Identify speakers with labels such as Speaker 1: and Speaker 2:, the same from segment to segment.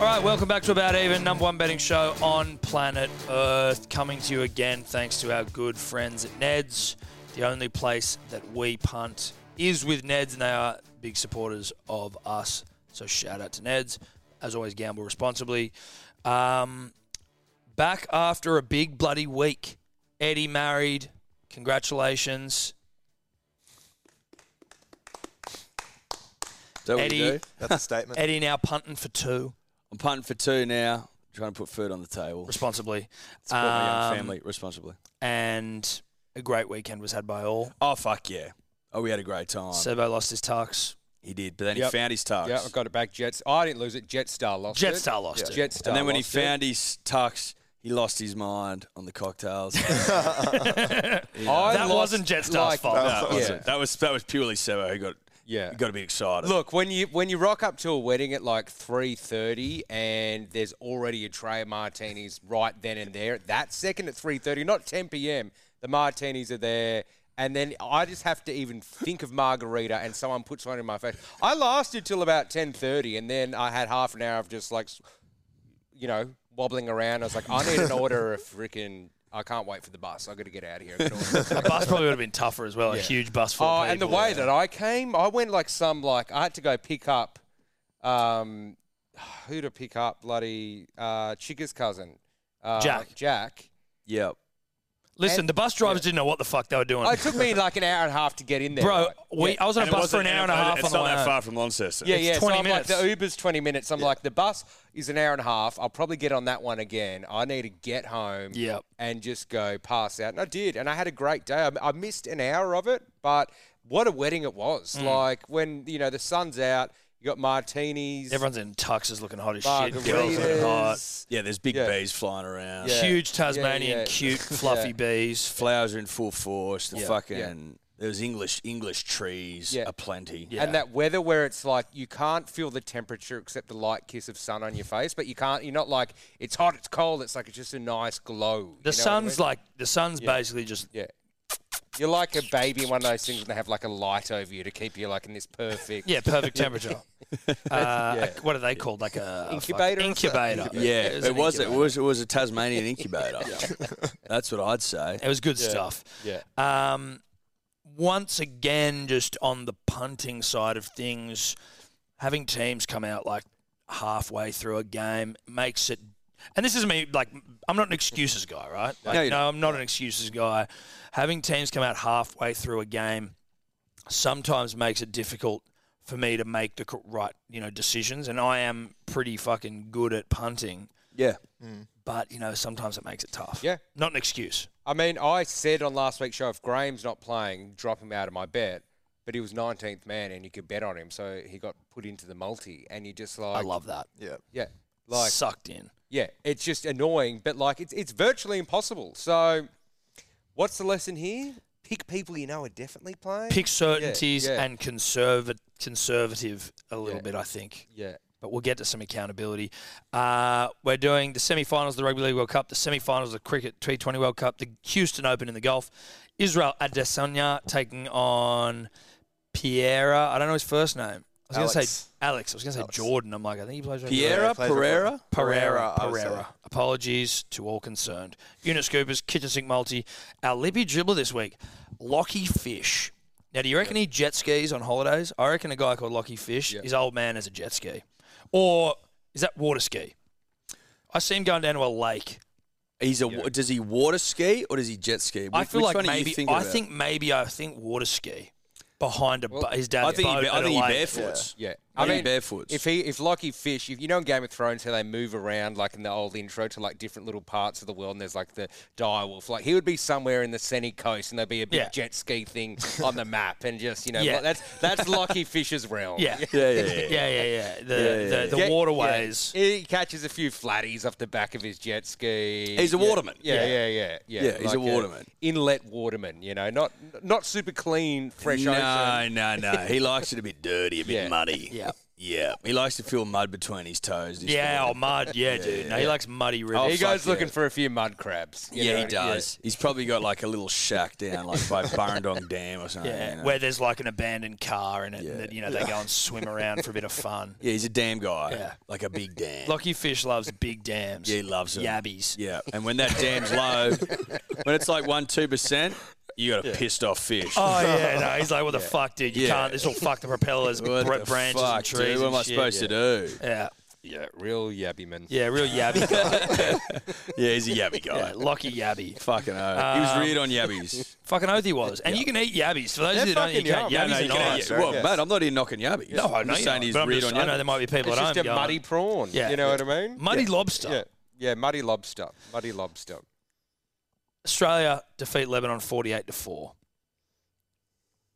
Speaker 1: right, welcome back to About Even, number one betting show on planet Earth. Coming to you again thanks to our good friends at Ned's. The only place that we punt is with Ned's, and they are big supporters of us. So shout out to Ned's. As always, gamble responsibly. Um, back after a big bloody week. Eddie married. Congratulations.
Speaker 2: Is that what we
Speaker 1: Eddie.
Speaker 2: do?
Speaker 3: That's a statement.
Speaker 1: Eddie now punting for two
Speaker 2: I'm punting for two now, trying to put food on the table.
Speaker 1: responsibly.
Speaker 2: Support my
Speaker 1: Um,
Speaker 2: young family responsibly.
Speaker 1: And a great weekend was had by all.
Speaker 2: Oh fuck yeah! Oh, we had a great time.
Speaker 1: Sebo lost his tux.
Speaker 2: he did, but then
Speaker 4: Yep.
Speaker 2: he found his tux.
Speaker 4: Yeah, I got it back. Jets. I didn't lose it. Jetstar lost it.
Speaker 1: Jetstar lost it.
Speaker 4: Jetstar.
Speaker 2: and then when he
Speaker 4: lost it.
Speaker 2: found his tux, he lost his mind on the cocktails.
Speaker 4: I
Speaker 1: That
Speaker 4: lost,
Speaker 1: wasn't Jetstar's
Speaker 4: like,
Speaker 1: fault.
Speaker 2: That
Speaker 4: Yeah.
Speaker 2: was it. That was that was purely Sebo who got
Speaker 4: Yeah.
Speaker 2: got to be excited.
Speaker 4: Look, when you when you rock up to a wedding at like three thirty, and there's already a tray of martinis right then and there. That second at three thirty, not ten p.m. The martinis are there, and then I just have to even think of margarita, and someone puts one in my face. I lasted till about ten thirty, and then I had half an hour of just like, you know, wobbling around. I was like, I need an order of freaking. I can't wait for the bus. I got to get out of here. I gotta order a
Speaker 1: The bus probably would have been tougher as well. A huge bus full
Speaker 4: Oh,
Speaker 1: of
Speaker 4: and the
Speaker 1: people.
Speaker 4: way that I came, I went like some like I had to go pick up, um, who to pick up? Bloody uh, Chica's cousin, uh,
Speaker 1: Jack.
Speaker 4: Jack.
Speaker 2: yeah,
Speaker 1: Listen,
Speaker 4: and-
Speaker 1: the bus drivers didn't know what the fuck they were doing.
Speaker 4: Oh, it took me like an hour and a half to get in there,
Speaker 1: Bro,
Speaker 4: right?
Speaker 1: we, I was on a
Speaker 2: it
Speaker 1: bus for
Speaker 2: wasn't-
Speaker 1: an hour and a half
Speaker 2: It's
Speaker 1: on the
Speaker 2: not
Speaker 1: way
Speaker 2: that
Speaker 1: home.
Speaker 2: far from Launceston.
Speaker 4: Yeah,
Speaker 1: It's
Speaker 4: yeah.
Speaker 1: 20
Speaker 4: so I'm like,
Speaker 1: minutes.
Speaker 4: the Uber's 20 minutes. I'm like, the bus is an hour and a half. I'll probably get on that one again. I need to get home
Speaker 1: Yep.
Speaker 4: and just go pass out. And I did. And I had a great day. I, I missed an hour of it, but what a wedding it was.
Speaker 1: Mm.
Speaker 4: Like, when, you know, the sun's out, you got martinis,
Speaker 1: Everyone's in tuxes looking hot as shit. Girls looking hot.
Speaker 4: margaritas.
Speaker 2: yeah. There's big
Speaker 4: Yeah.
Speaker 2: bees flying around.
Speaker 4: Yeah.
Speaker 1: Huge Tasmanian,
Speaker 4: yeah.
Speaker 1: cute, fluffy
Speaker 4: Yeah.
Speaker 1: bees.
Speaker 2: Flowers are in full force. The
Speaker 1: Yeah.
Speaker 2: fucking there was English English trees
Speaker 4: Yeah.
Speaker 2: aplenty.
Speaker 1: Yeah.
Speaker 4: And that weather where it's like you can't feel the temperature except the light kiss of sun on your face, but you can't, you're not like, it's hot, it's cold. It's like, it's just a nice glow. you know what I
Speaker 1: The sun's
Speaker 4: mean?
Speaker 1: like, the sun's basically just
Speaker 4: Yeah. You're like a baby in one of those things when they have like a light over you to keep you like in this perfect.
Speaker 1: Yeah, perfect temperature. uh, a- what are they called? Like a a
Speaker 4: Incubator
Speaker 1: fucking
Speaker 4: or something?
Speaker 1: Incubator.
Speaker 2: Yeah,
Speaker 1: it
Speaker 2: it was,
Speaker 1: was.
Speaker 2: it was it was a Tasmanian incubator. That's what I'd say.
Speaker 1: It was good stuff.
Speaker 4: Yeah.
Speaker 1: Um, once again, just on the punting side of things, having teams come out like halfway through a game makes it. And this is me, like, I'm not an excuses guy, right? Like,
Speaker 2: No, you're
Speaker 1: I'm not an excuses guy. Having teams come out halfway through a game sometimes makes it difficult for me to make the co- right, you know, decisions. And I am pretty fucking good at punting,
Speaker 2: Yeah,
Speaker 4: Mm.
Speaker 1: but, you know, sometimes it makes it tough.
Speaker 4: Yeah.
Speaker 1: Not an excuse.
Speaker 4: I mean, I said on last week's show if Graham's not playing, drop him out of my bet. But he was 19th man and you could bet on him. So he got put into the multi. And you just like.
Speaker 1: I love that.
Speaker 3: yeah.
Speaker 4: Yeah. Like.
Speaker 1: Sucked in.
Speaker 4: Yeah, it's just annoying, but like it's it's virtually impossible. So, what's the lesson here? Pick people you know are definitely playing.
Speaker 1: pick certainties
Speaker 4: yeah.
Speaker 1: and conserva- conservative a little
Speaker 4: Yeah.
Speaker 1: bit, I think.
Speaker 4: Yeah.
Speaker 1: But we'll get to some accountability. Uh, we're doing the semi-finals of the Rugby League World Cup, the semi-finals of the Cricket T20 World Cup, the Houston Open in the golf, Israel Adesanya taking on Piera. I don't know his first name. I was going to say
Speaker 3: Alex.
Speaker 1: Alex. I was going to say
Speaker 3: Alex.
Speaker 1: Jordan. I'm like, I think he plays. rugby league.
Speaker 2: Piera
Speaker 3: plays with-
Speaker 2: Pereira.
Speaker 1: Pereira,
Speaker 3: Pereira, I would
Speaker 1: Pereira.
Speaker 3: say.
Speaker 1: Apologies to all concerned. Unit Scoopers, Kitchen Sink Multi. Our Lippy dribbler this week, Lockie Fish. Now, do you reckon he jet skis on holidays? I reckon a guy called Lockie Fish, his old man is a jet ski. Or is that water ski? I see him going down to a lake.
Speaker 2: He's a. wa- Does he water ski or does he jet ski?
Speaker 1: I
Speaker 2: Which-
Speaker 1: feel
Speaker 2: which
Speaker 1: like
Speaker 2: one are you
Speaker 1: maybe,
Speaker 2: thinking
Speaker 1: I
Speaker 2: about?
Speaker 1: think maybe, I think water ski behind a, bu- his dad's
Speaker 2: I think.
Speaker 1: boat
Speaker 2: He, ba-
Speaker 1: at
Speaker 2: I
Speaker 1: a
Speaker 2: think he
Speaker 1: lake.
Speaker 2: barefoots.
Speaker 4: Yeah,
Speaker 2: I mean, barefoots.
Speaker 4: If he, if Lockie Fish, if you know in Game of Thrones how they move around like in the old intro to like different little parts of the world, and there's like the direwolf, like he would be somewhere in the Senny coast, and there'd be a big
Speaker 1: Yeah.
Speaker 4: jet ski thing on the map, and just you know,
Speaker 1: Yeah.
Speaker 4: like, that's that's Lockie Fish's realm.
Speaker 1: Yeah.
Speaker 2: Yeah, yeah, yeah.
Speaker 1: Yeah, yeah, yeah. The,
Speaker 2: yeah,
Speaker 1: the, the
Speaker 4: Yeah,
Speaker 1: waterways.
Speaker 4: yeah. He catches a few flatties off the back of his jet ski.
Speaker 2: He's a
Speaker 4: Yeah.
Speaker 2: waterman.
Speaker 4: Yeah, yeah, yeah, yeah.
Speaker 2: Yeah, he's a waterman.
Speaker 4: Inlet waterman, you know, not not super clean, fresh
Speaker 2: no,
Speaker 4: ocean.
Speaker 2: no, no. He likes it a bit dirty, a bit
Speaker 4: Yeah.
Speaker 2: muddy.
Speaker 1: Yeah.
Speaker 2: Yeah, he likes to feel mud between his toes. this
Speaker 1: Yeah, oh,
Speaker 2: fella.
Speaker 1: or mud. Yeah, dude. No, he likes muddy rivers.
Speaker 2: Oh,
Speaker 4: he
Speaker 2: fuck
Speaker 4: goes looking
Speaker 2: yeah.
Speaker 4: for a few mud crabs. you
Speaker 2: yeah,
Speaker 4: know,
Speaker 2: he does. He's probably got like a little shack down, like by Burrendong Dam or something.
Speaker 1: Yeah,
Speaker 2: you know.
Speaker 1: where there's like an abandoned car in it, and
Speaker 2: Yeah.
Speaker 1: that, you know they go and swim around for a bit of fun.
Speaker 2: yeah, he's a dam guy.
Speaker 1: Yeah.
Speaker 2: like a big dam.
Speaker 1: Lockie Fish loves big dams.
Speaker 2: yeah, he loves it.
Speaker 1: yabbies.
Speaker 2: Yeah, and when that dam's low, when it's like one two percent, you got a pissed off fish.
Speaker 1: Oh yeah, no, he's like, what the fuck, dude? You
Speaker 2: Yeah.
Speaker 1: can't. This will fuck the propellers,
Speaker 2: What
Speaker 1: br-
Speaker 2: the
Speaker 1: branches,
Speaker 2: fuck,
Speaker 1: and trees.
Speaker 2: dude? What am
Speaker 1: and
Speaker 2: I
Speaker 1: shit.
Speaker 2: supposed to do?
Speaker 1: Yeah,
Speaker 4: Yeah, real yabby man.
Speaker 1: yeah, real yabby guy.
Speaker 2: Yeah, he's a yabby guy.
Speaker 1: yeah, Um, Lockie Yabby.
Speaker 2: Fucking oh. he was reared on yabbies.
Speaker 1: Fucking oath he was. And you can eat yabbies. For those
Speaker 4: They're
Speaker 1: of you that don't, you
Speaker 4: fucking
Speaker 1: can't.
Speaker 4: yum.
Speaker 1: Yabbies
Speaker 4: No,
Speaker 1: are
Speaker 4: you can
Speaker 1: nice.
Speaker 4: eat-
Speaker 2: Well,
Speaker 4: Yes.
Speaker 2: mate, I'm not even knocking yabbies.
Speaker 1: No, I
Speaker 2: I'm
Speaker 1: know
Speaker 2: just
Speaker 1: you
Speaker 2: saying
Speaker 1: aren't,
Speaker 2: he's
Speaker 1: but I'm
Speaker 2: reared
Speaker 1: just-
Speaker 2: on
Speaker 1: I know there
Speaker 2: yabbies.
Speaker 1: might be people
Speaker 4: It's
Speaker 1: at home
Speaker 4: just a
Speaker 1: going,
Speaker 4: muddy prawn.
Speaker 1: Yeah.
Speaker 4: You know what I mean?
Speaker 1: muddy lobster.
Speaker 4: Yeah. Yeah, muddy lobster. Muddy lobster.
Speaker 1: Australia defeat Lebanon 48 to 4.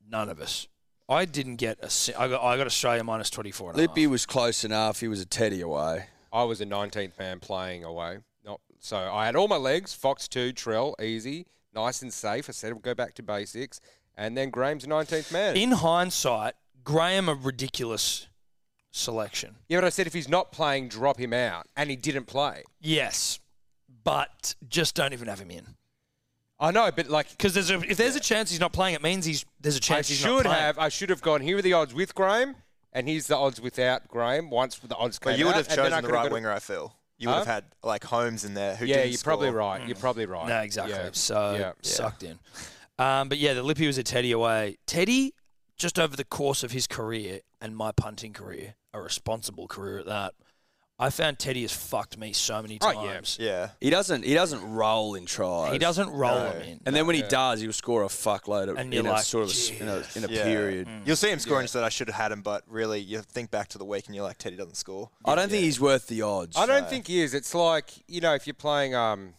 Speaker 1: None of us. I didn't get a si- I got, I got Australia minus 24 and a half.
Speaker 2: Lippy was close enough. He was a teddy away.
Speaker 4: I was a 19th man playing away. Not so I had all my legs. Fox two, Trell, easy, nice and safe. I said we'll go back to basics, and then Graham's 19th man.
Speaker 1: In hindsight, Graham a ridiculous selection.
Speaker 4: yeah, but I said if he's not playing, drop him out, and he didn't play.
Speaker 1: Yes, but just don't even have him in.
Speaker 4: I know, but like
Speaker 1: Because there's a, if there's a chance he's not playing, it means he's there's a
Speaker 4: I
Speaker 1: chance he's not
Speaker 4: should
Speaker 1: playing.
Speaker 4: have. I should have gone. Here are the odds with Graham, and here's the odds without Graham. Once the odds came
Speaker 3: But you would
Speaker 4: out,
Speaker 3: have
Speaker 4: and then I
Speaker 3: chosen the
Speaker 4: could have
Speaker 3: right
Speaker 4: gone-
Speaker 3: winger, I feel. You would have
Speaker 4: Huh?
Speaker 3: had like Holmes in there. Who
Speaker 4: Yeah,
Speaker 3: didn't
Speaker 4: you're probably
Speaker 3: score.
Speaker 4: right. You're probably right.
Speaker 1: Mm. No, exactly.
Speaker 4: Yeah.
Speaker 1: So
Speaker 4: Yeah.
Speaker 1: sucked in. Um, but yeah, the Lippy was a Teddy away. Teddy, just over the course of his career and my punting career, a responsible career at that, I found Teddy has fucked me so many
Speaker 4: Oh,
Speaker 1: times.
Speaker 4: yeah.
Speaker 3: Yeah.
Speaker 2: He doesn't. He doesn't roll in tries.
Speaker 1: He doesn't roll him in.
Speaker 2: And then when he does, he'll score a fuckload of,
Speaker 1: And you're
Speaker 2: in,
Speaker 1: like, Mm.
Speaker 2: a sort of a s in a, in a
Speaker 3: Yeah. Mm.
Speaker 2: period.
Speaker 3: You'll see him scoring just that I should have had him, but really, you think back to the week and you're like, Teddy doesn't score.
Speaker 2: I don't think he's worth the odds.
Speaker 4: I don't think he is. It's like you know, if you're playing, um,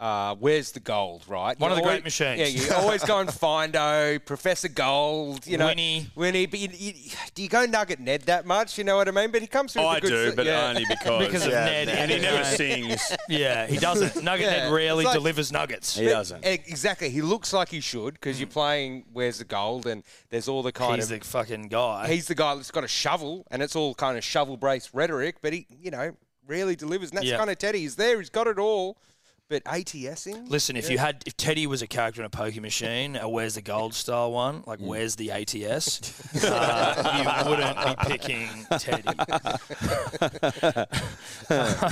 Speaker 4: uh, where's the gold, right?
Speaker 1: One
Speaker 4: You
Speaker 1: of the great
Speaker 4: always-
Speaker 1: machines.
Speaker 4: Yeah, you always go and findo Professor Gold. You know,
Speaker 1: Winnie.
Speaker 4: Winnie. But you, you, do you go Nugget Ned that much? You know what I mean? But he comes through. with
Speaker 2: I
Speaker 4: a good
Speaker 2: do,
Speaker 4: s-
Speaker 2: but
Speaker 4: yeah.
Speaker 2: only because.
Speaker 1: Because of
Speaker 3: Yeah,
Speaker 1: Ned.
Speaker 3: Ned.
Speaker 2: and he
Speaker 1: you
Speaker 2: never
Speaker 1: know,
Speaker 2: sings.
Speaker 1: Yeah, he doesn't. Nugget
Speaker 4: Yeah,
Speaker 1: Ned rarely
Speaker 4: it's like-
Speaker 1: delivers nuggets.
Speaker 2: He doesn't.
Speaker 4: E- Exactly. He looks like he should because you're playing Where's the Gold and there's all the kind
Speaker 1: Mm. He's
Speaker 4: of.
Speaker 1: the fucking guy.
Speaker 4: he's the guy that's got a shovel and it's all kind of shovel based rhetoric, but he, you know, really delivers. And that's
Speaker 1: Yeah.
Speaker 4: kind of Teddy. He's there. He's got it all. But ATSing?
Speaker 1: Listen, if you had if Teddy was a character in a poker machine, a where's the gold style one,
Speaker 2: Mm.
Speaker 1: like where's the ATS, uh, you wouldn't be picking Teddy.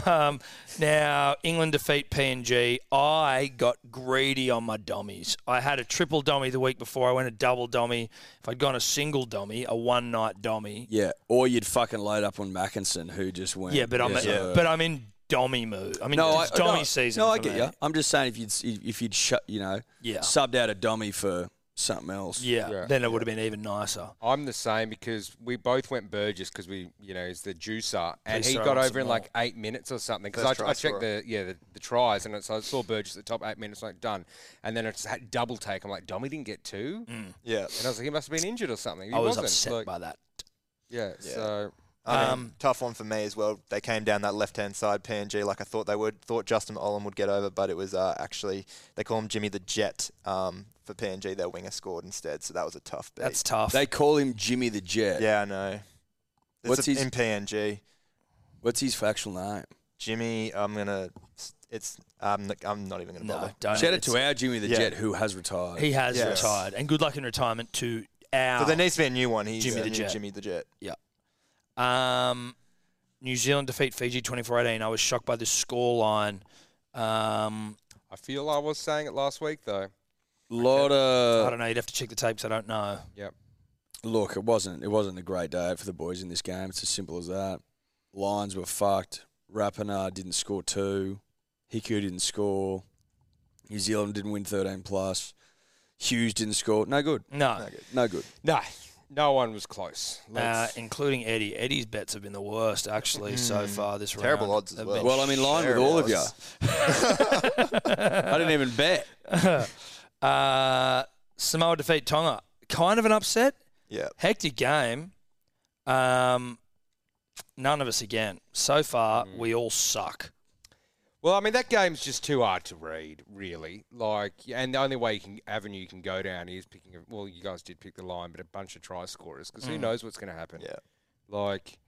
Speaker 1: um, now England defeat PNG. I got greedy on my dummies. I had a triple dummy the week before. I went a double dummy. If I'd gone a single dummy, a one night dummy.
Speaker 2: Yeah, or you'd fucking load up on Mackinson, who just went.
Speaker 1: Yeah, but I'm
Speaker 2: so-
Speaker 1: but I'm in dummy mood. I mean,
Speaker 2: no,
Speaker 1: it's
Speaker 2: I,
Speaker 1: dummy
Speaker 2: no,
Speaker 1: season.
Speaker 2: No, I
Speaker 1: for
Speaker 2: get
Speaker 1: me.
Speaker 2: you. I'm just saying if you'd s- if you'd shut, you know,
Speaker 1: Yeah.
Speaker 2: subbed out a dummy for something else.
Speaker 1: Yeah,
Speaker 4: Yeah.
Speaker 1: then it would have been even nicer.
Speaker 4: I'm the same because we both went Burgess because we, you know, he's the juicer, and
Speaker 1: Please
Speaker 4: he
Speaker 1: throw
Speaker 4: got
Speaker 1: up
Speaker 4: over
Speaker 1: some
Speaker 4: in like eight minutes or something. Because I,
Speaker 3: First
Speaker 4: I
Speaker 3: try
Speaker 4: checked the
Speaker 3: scorer.
Speaker 4: yeah the, the tries, and it's, I saw Burgess at the top eight minutes, like done, and then it's had double take. I'm like, Dommy didn't get two, and
Speaker 3: Yeah.
Speaker 4: I was like, he must have been injured or something. He
Speaker 1: Mm. I was
Speaker 4: wasn't.
Speaker 1: upset
Speaker 4: like,
Speaker 1: by that.
Speaker 4: yeah, so
Speaker 3: I mean,
Speaker 1: Um,
Speaker 3: tough one for me as well. They came down that left-hand side, PNG, like I thought they would. Thought Justin Ollam would get over, but it was uh, actually they call him Jimmy the Jet um, for PNG. Their winger scored instead, so that was a tough beat.
Speaker 1: That's tough.
Speaker 2: They call him Jimmy the Jet.
Speaker 3: yeah, I know. It's
Speaker 2: What's
Speaker 3: a,
Speaker 2: his-
Speaker 3: in PNG?
Speaker 2: What's his factual name?
Speaker 3: Jimmy, I'm gonna. It's um, I'm not even gonna
Speaker 1: no,
Speaker 3: bother.
Speaker 1: don't.
Speaker 2: Shout out
Speaker 1: Uh, It's-
Speaker 2: to our Jimmy the
Speaker 3: Yeah.
Speaker 2: Jet who has retired.
Speaker 1: He has
Speaker 3: Yes.
Speaker 1: retired, and good luck in retirement to our
Speaker 3: So there needs to be a new one. He's
Speaker 1: Jimmy
Speaker 3: Jimmy
Speaker 1: the
Speaker 3: the
Speaker 1: Jet.
Speaker 3: Jimmy the Jet.
Speaker 1: um, New Zealand defeat Fiji 24-18. I was shocked by the scoreline. Um,
Speaker 4: I feel I was saying it last week though.
Speaker 2: lot
Speaker 1: I
Speaker 2: of
Speaker 1: don't know. You'd have to check the tapes. I don't know.
Speaker 4: Yep.
Speaker 2: look. It wasn't. It wasn't a great day for the boys in this game. It's as simple as that. Lions were fucked. Rapinard didn't score two. Hiku didn't score. New Zealand didn't win 13 plus. Hughes didn't score. No good.
Speaker 1: No,
Speaker 2: No good.
Speaker 4: No, no one was close.
Speaker 1: uh,
Speaker 4: Let's-
Speaker 1: including Eddie. Eddie's bets have been the worst actually so far this
Speaker 3: Terrible
Speaker 1: round.
Speaker 3: odds as
Speaker 1: They've
Speaker 3: well.
Speaker 1: been
Speaker 2: Well, I'm in line with
Speaker 3: Terrible
Speaker 2: all of you.
Speaker 3: odds.
Speaker 2: I didn't even bet.
Speaker 1: Uh, Samoa defeat Tonga. Kind of an upset.
Speaker 3: Yeah.
Speaker 1: Hectic game. Um, none of us again. So far,
Speaker 3: Mm.
Speaker 1: we all suck.
Speaker 4: Well, I mean that game's just too hard to read, really. Like, and the only way you can avenue you can Mm. go down is picking. A, well, you guys did pick the line, but a bunch of try scorers because who knows what's going to happen.
Speaker 3: Yeah.
Speaker 4: Like,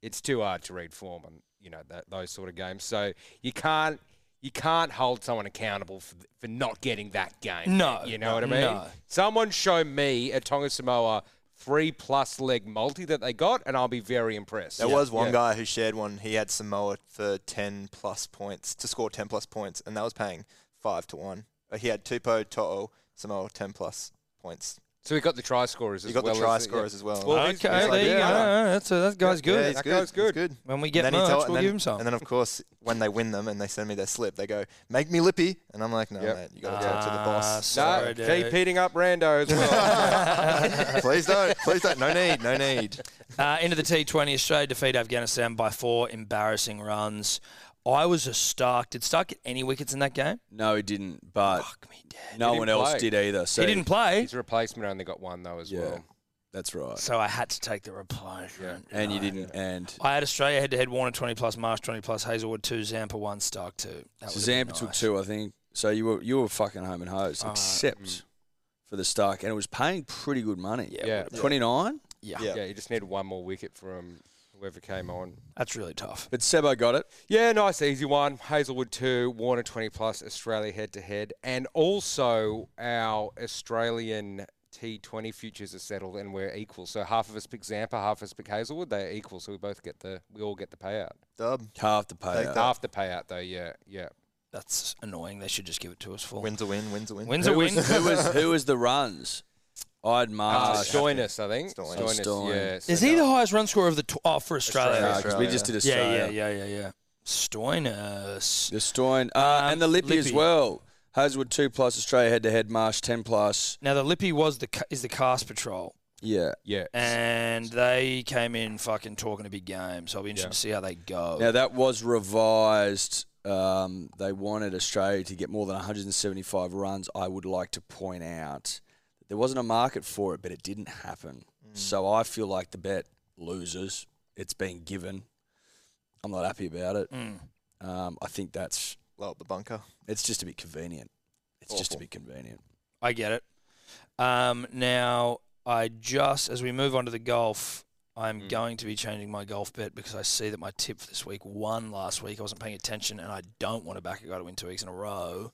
Speaker 4: it's too hard to read form on you know that, those sort of games. So you can't you can't hold someone accountable for, for not getting that game.
Speaker 1: No,
Speaker 4: you know what I mean.
Speaker 1: no.
Speaker 4: Someone show me a Tonga Samoa three plus leg multi that they got, and I'll be very impressed.
Speaker 3: There was one
Speaker 4: Yeah.
Speaker 3: guy who shared one. He had Samoa for 10 plus points, to score 10 plus points, and that was paying 5 to 1. Uh, He had Tupo, To'o, Samoa 10 plus points.
Speaker 4: So we got the try scorers. As
Speaker 3: You got
Speaker 4: well
Speaker 3: the try
Speaker 4: as the- yeah.
Speaker 3: scorers as well.
Speaker 4: Well,
Speaker 1: Okay,
Speaker 4: he's- he's like,
Speaker 1: there you go.
Speaker 4: yeah,
Speaker 1: That's a, that guy's good.
Speaker 3: Yeah, he's
Speaker 4: That
Speaker 3: good.
Speaker 4: guy's good.
Speaker 3: He's good.
Speaker 1: when we get
Speaker 3: And then he
Speaker 1: merch,
Speaker 3: told-
Speaker 1: we'll
Speaker 3: and
Speaker 1: give
Speaker 3: then-
Speaker 1: him some.
Speaker 3: And then, of course, when they win them and they send me their slip, they go, "Make me lippy," and I'm like, "No,
Speaker 4: Yep.
Speaker 3: mate, you got to go to the
Speaker 1: Ah,
Speaker 3: boss."
Speaker 1: so-
Speaker 4: No,
Speaker 1: Sorry,
Speaker 4: keep
Speaker 1: dude.
Speaker 4: heating up Rando as well.
Speaker 3: please don't, please don't. No need, no need.
Speaker 1: Uh, into the T20, Australia defeat Afghanistan by four embarrassing runs. I was a Stark. Did Stark get any wickets in that game?
Speaker 2: No, he didn't.
Speaker 3: Uh,
Speaker 2: But
Speaker 1: Fuck me, dead.
Speaker 2: no
Speaker 4: He
Speaker 2: one
Speaker 4: didn't
Speaker 2: else
Speaker 4: play.
Speaker 2: did either. So
Speaker 1: he didn't play,
Speaker 4: His replacement only got one though as
Speaker 2: Yeah.
Speaker 4: well.
Speaker 2: That's right.
Speaker 1: so I had to take the replacement.
Speaker 2: And you didn't. And
Speaker 1: I had Australia head to head Warner 20 plus, Marsh 20 plus, Hazelwood 2, Zampa 1, Stark 2. That
Speaker 2: so
Speaker 1: would've
Speaker 2: Zampa
Speaker 1: been
Speaker 2: took
Speaker 1: nice.
Speaker 2: two, I think. So you were you were fucking home and hosed,
Speaker 1: Oh,
Speaker 2: except
Speaker 4: mm.
Speaker 2: for the Stark, and it was paying pretty good money.
Speaker 1: Yeah.
Speaker 4: Yeah.
Speaker 1: would've-
Speaker 2: Twenty nine,
Speaker 1: yeah.
Speaker 3: Yeah.
Speaker 4: Yeah, you just need one more wicket from whoever came on.
Speaker 1: That's really tough.
Speaker 2: but Sebo got it.
Speaker 4: Yeah, nice, easy one. Hazelwood 2, Warner 20 plus, Australia head to head. And also, our Australian T20 futures are settled and we're equal. So half of us pick Zampa, half of us pick Hazelwood. They're equal. So we both get the, we all get the payout.
Speaker 3: Dub
Speaker 2: Half the payout.
Speaker 3: Take that.
Speaker 4: Half the payout though, yeah, yeah.
Speaker 1: That's annoying. They should just give it to us full.
Speaker 3: wins a win, wins a win.
Speaker 1: Wins a win.
Speaker 2: who was who was the runs?
Speaker 1: Ah,
Speaker 2: I'd
Speaker 4: Uh,
Speaker 2: Marsh.
Speaker 4: Stoinis, I think.
Speaker 3: Stoinis.
Speaker 4: Stoinis,
Speaker 2: Stoinis.
Speaker 4: yeah. so
Speaker 1: Is he
Speaker 4: no-
Speaker 1: the highest run scorer of the tw- oh for Australia?
Speaker 3: Australia.
Speaker 2: because we just did Australia.
Speaker 1: Yeah, yeah, yeah, yeah, yeah. Stoinis.
Speaker 2: The Stoin uh,
Speaker 1: Um,
Speaker 2: and the Lippy, as
Speaker 1: Lippy.
Speaker 2: well. Hazelwood two plus Australia head to head. Marsh ten plus.
Speaker 1: Now the Lippy was the ca- is the cast patrol,
Speaker 2: Yeah.
Speaker 4: Yeah.
Speaker 1: and they came in fucking talking a big game. So I'll be interested
Speaker 4: Yeah.
Speaker 1: to see how they go.
Speaker 2: Now that was revised. Um, they wanted Australia to get more than 175 runs. I would like to point out that there wasn't a market for it, but it didn't happen. So I feel like the bet loses. It's been given. I'm not happy about it.
Speaker 1: Mm.
Speaker 2: Um, I think that's
Speaker 3: Blow up the bunker.
Speaker 2: it's just a bit convenient. It's just a
Speaker 3: Awful.
Speaker 2: bit convenient.
Speaker 1: I get it. Um, now I just as we move on to the golf, I'm
Speaker 4: Mm.
Speaker 1: going to be changing my golf bet because I see that my tip for this week won last week. I wasn't paying attention, and I don't want to back a guy to win two weeks in a row.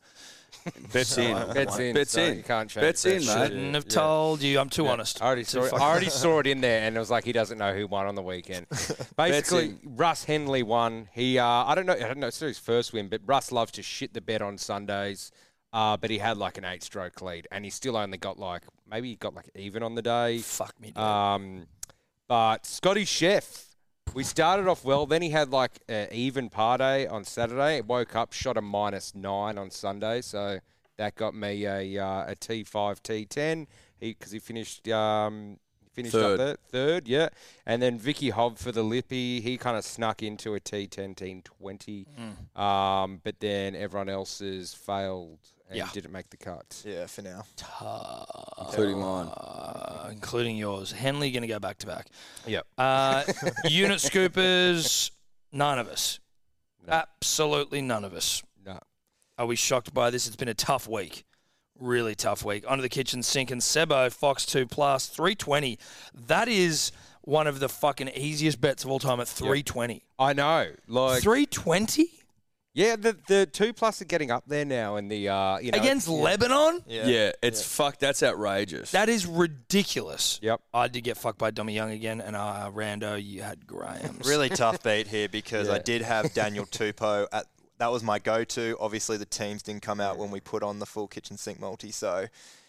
Speaker 2: Bet's in.
Speaker 4: Bet's in.
Speaker 2: Bet's
Speaker 4: so
Speaker 2: in.
Speaker 4: You can't change
Speaker 2: Bet's
Speaker 4: that.
Speaker 2: in, mate.
Speaker 1: Shouldn't have told you. I'm too
Speaker 4: Yeah.
Speaker 1: honest.
Speaker 4: I already,
Speaker 1: Too
Speaker 4: saw it, I
Speaker 1: fucking-
Speaker 4: already saw it in there, and it was like he doesn't know who won on the weekend. Basically, Russ Henley won. He, uh, I don't know, I don't know, it's not his first win, but Russ loves to shit the bed on Sundays. Uh, but he had like an eight-stroke lead, and he still only got like maybe he got like even on the day.
Speaker 1: Fuck me. dude.
Speaker 4: Um, but Scotty Chef, we started off well. Then he had like an even par day on Saturday. Woke up, shot a minus nine on Sunday. So that got me a uh, a T five T ten. He because he finished um finished
Speaker 2: Third.
Speaker 4: up there third, yeah. And then Vicky Hobb for the Lippy, he kind of snuck into a T ten T twenty. Um, but then everyone else's failed and
Speaker 1: Yeah.
Speaker 4: didn't make the cut.
Speaker 3: Yeah, for now.
Speaker 2: Including mine.
Speaker 1: uh, including yours. Henley going to go back to back.
Speaker 4: Yep.
Speaker 1: Uh, unit scoopers, none of us.
Speaker 4: No.
Speaker 1: Absolutely none of us.
Speaker 4: No.
Speaker 1: Are we shocked by this? It's been a tough week. Really tough week. Under the kitchen sink and Sebo, Fox 2 plus, 320. That is one of the fucking easiest bets of all time at 320.
Speaker 4: I know. Like
Speaker 1: 320?
Speaker 4: Yeah, the the two plus are getting up there now, and the uh, you know
Speaker 1: Against Lebanon?
Speaker 2: Yeah, it's fuck. That's outrageous.
Speaker 1: That is ridiculous.
Speaker 4: Yep.
Speaker 1: I did get fucked by Dummy Young again, and uh, Rando, you had Graham's.
Speaker 3: Really tough beat here because I
Speaker 4: Yeah.
Speaker 3: did have Daniel Tupo at. That was my go-to. Obviously, the teams didn't come out when we put on the full kitchen sink multi, so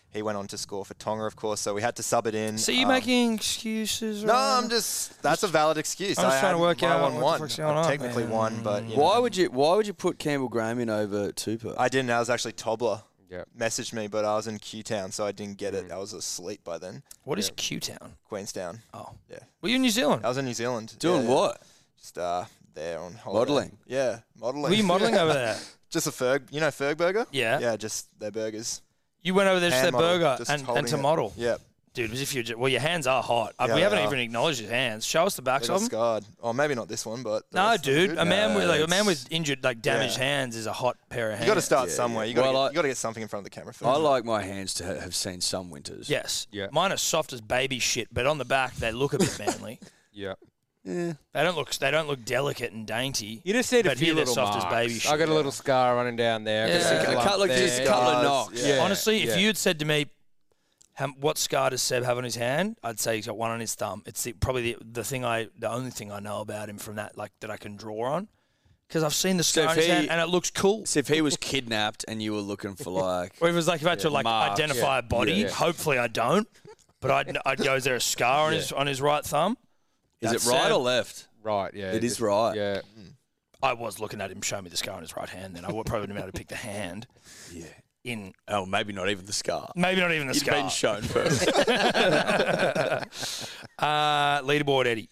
Speaker 3: he went on to score for Tonga, of course. So we had to sub it in.
Speaker 1: So you're
Speaker 3: um,
Speaker 1: making excuses?
Speaker 3: No,
Speaker 1: right?
Speaker 3: I'm just. That's a valid excuse.
Speaker 1: I'm just
Speaker 3: I
Speaker 1: trying to
Speaker 3: had
Speaker 1: work
Speaker 3: my
Speaker 1: out
Speaker 3: one
Speaker 1: what the
Speaker 3: one.
Speaker 1: fuck's going on,
Speaker 3: technically
Speaker 1: man.
Speaker 3: one, but you
Speaker 2: why
Speaker 3: know.
Speaker 2: would you? Why would you put Campbell Graham in over Tupper?
Speaker 3: I didn't. I was actually Tobler.
Speaker 4: Yeah.
Speaker 3: Messaged me, but I was in Q Town, so I didn't get
Speaker 1: Mm.
Speaker 3: it. I was asleep by then.
Speaker 1: What is Q Town?
Speaker 3: Queenstown.
Speaker 1: Oh,
Speaker 3: Yeah.
Speaker 1: were you in New Zealand?
Speaker 3: I was in New Zealand. Yeah,
Speaker 2: Doing
Speaker 3: yeah.
Speaker 2: what?
Speaker 3: Just uh, there on holiday.
Speaker 2: Modelling.
Speaker 3: Yeah, modeling.
Speaker 1: Were you modelling over there?
Speaker 3: Just a Ferg. You know Ferg Burger?
Speaker 1: Yeah.
Speaker 3: Yeah, just their burgers.
Speaker 1: You went over there to
Speaker 3: Hand
Speaker 1: their
Speaker 3: model,
Speaker 1: burger
Speaker 3: just
Speaker 1: and, and
Speaker 3: holding
Speaker 1: to
Speaker 3: it.
Speaker 1: model,
Speaker 3: Yeah.
Speaker 1: dude. As if you well, your hands are hot. Uh,
Speaker 3: Yeah,
Speaker 1: we
Speaker 3: they
Speaker 1: haven't
Speaker 3: are.
Speaker 1: even acknowledged your hands. Show us the backs
Speaker 3: Little
Speaker 1: of them.
Speaker 3: scarred. Oh, maybe not this one, but the
Speaker 1: No,
Speaker 3: rest of them
Speaker 1: dude.
Speaker 3: good.
Speaker 1: A man
Speaker 2: No,
Speaker 1: with like a man
Speaker 2: it's-
Speaker 1: with injured, like damaged
Speaker 3: Yeah.
Speaker 1: hands is a hot pair of hands.
Speaker 3: You got to start
Speaker 2: Yeah,
Speaker 3: somewhere.
Speaker 2: yeah.
Speaker 3: You got to
Speaker 2: Well, I-
Speaker 3: get, you got to get something in front of the camera first.
Speaker 2: I like my hands to ha- have seen some winters.
Speaker 1: Yes.
Speaker 4: Yeah.
Speaker 1: Mine are soft as baby shit, but on the back they look a bit manly.
Speaker 4: Yeah.
Speaker 1: They don't look. They don't look delicate and dainty.
Speaker 4: You just need a
Speaker 1: But
Speaker 4: few
Speaker 1: here they're
Speaker 4: little
Speaker 1: soft as
Speaker 4: marks.
Speaker 1: baby
Speaker 4: I
Speaker 1: shit,
Speaker 4: got a
Speaker 1: yeah.
Speaker 4: little scar running down there. I can
Speaker 1: Yeah.
Speaker 4: see
Speaker 1: A
Speaker 4: lump
Speaker 2: couple of- just a
Speaker 4: there.
Speaker 2: couple of
Speaker 3: Scars,
Speaker 2: knocks.
Speaker 3: yeah.
Speaker 1: Honestly, if
Speaker 4: yeah.
Speaker 1: you had said to me, how, "What scar does Seb have on his hand?" I'd say he's got one on his thumb. It's the, probably the, the thing I, the only thing I know about him from that, like that I can draw on, because I've seen the
Speaker 2: So
Speaker 1: scar
Speaker 2: if
Speaker 1: on his
Speaker 2: he-
Speaker 1: hand and it looks cool.
Speaker 2: So if he was kidnapped and you were looking for like,
Speaker 1: Or if it was like if I had to like
Speaker 2: marks.
Speaker 1: identify a body,
Speaker 4: Yeah.
Speaker 1: hopefully I don't. But I'd, I'd go, "Is there a scar on his on his right thumb?"
Speaker 2: is
Speaker 1: That's
Speaker 2: it right
Speaker 1: sad.
Speaker 2: or left?
Speaker 4: Right. Yeah.
Speaker 2: It is
Speaker 4: just-
Speaker 2: right.
Speaker 4: Yeah.
Speaker 3: Mm.
Speaker 1: I was looking at him, showing me the scar on his right hand. Then I would probably be able to pick the hand.
Speaker 2: Yeah.
Speaker 1: In
Speaker 2: Oh, maybe not even the scar.
Speaker 1: maybe not even the
Speaker 2: You'd
Speaker 1: scar.
Speaker 2: been shown first.
Speaker 1: uh, leaderboard, Eddie.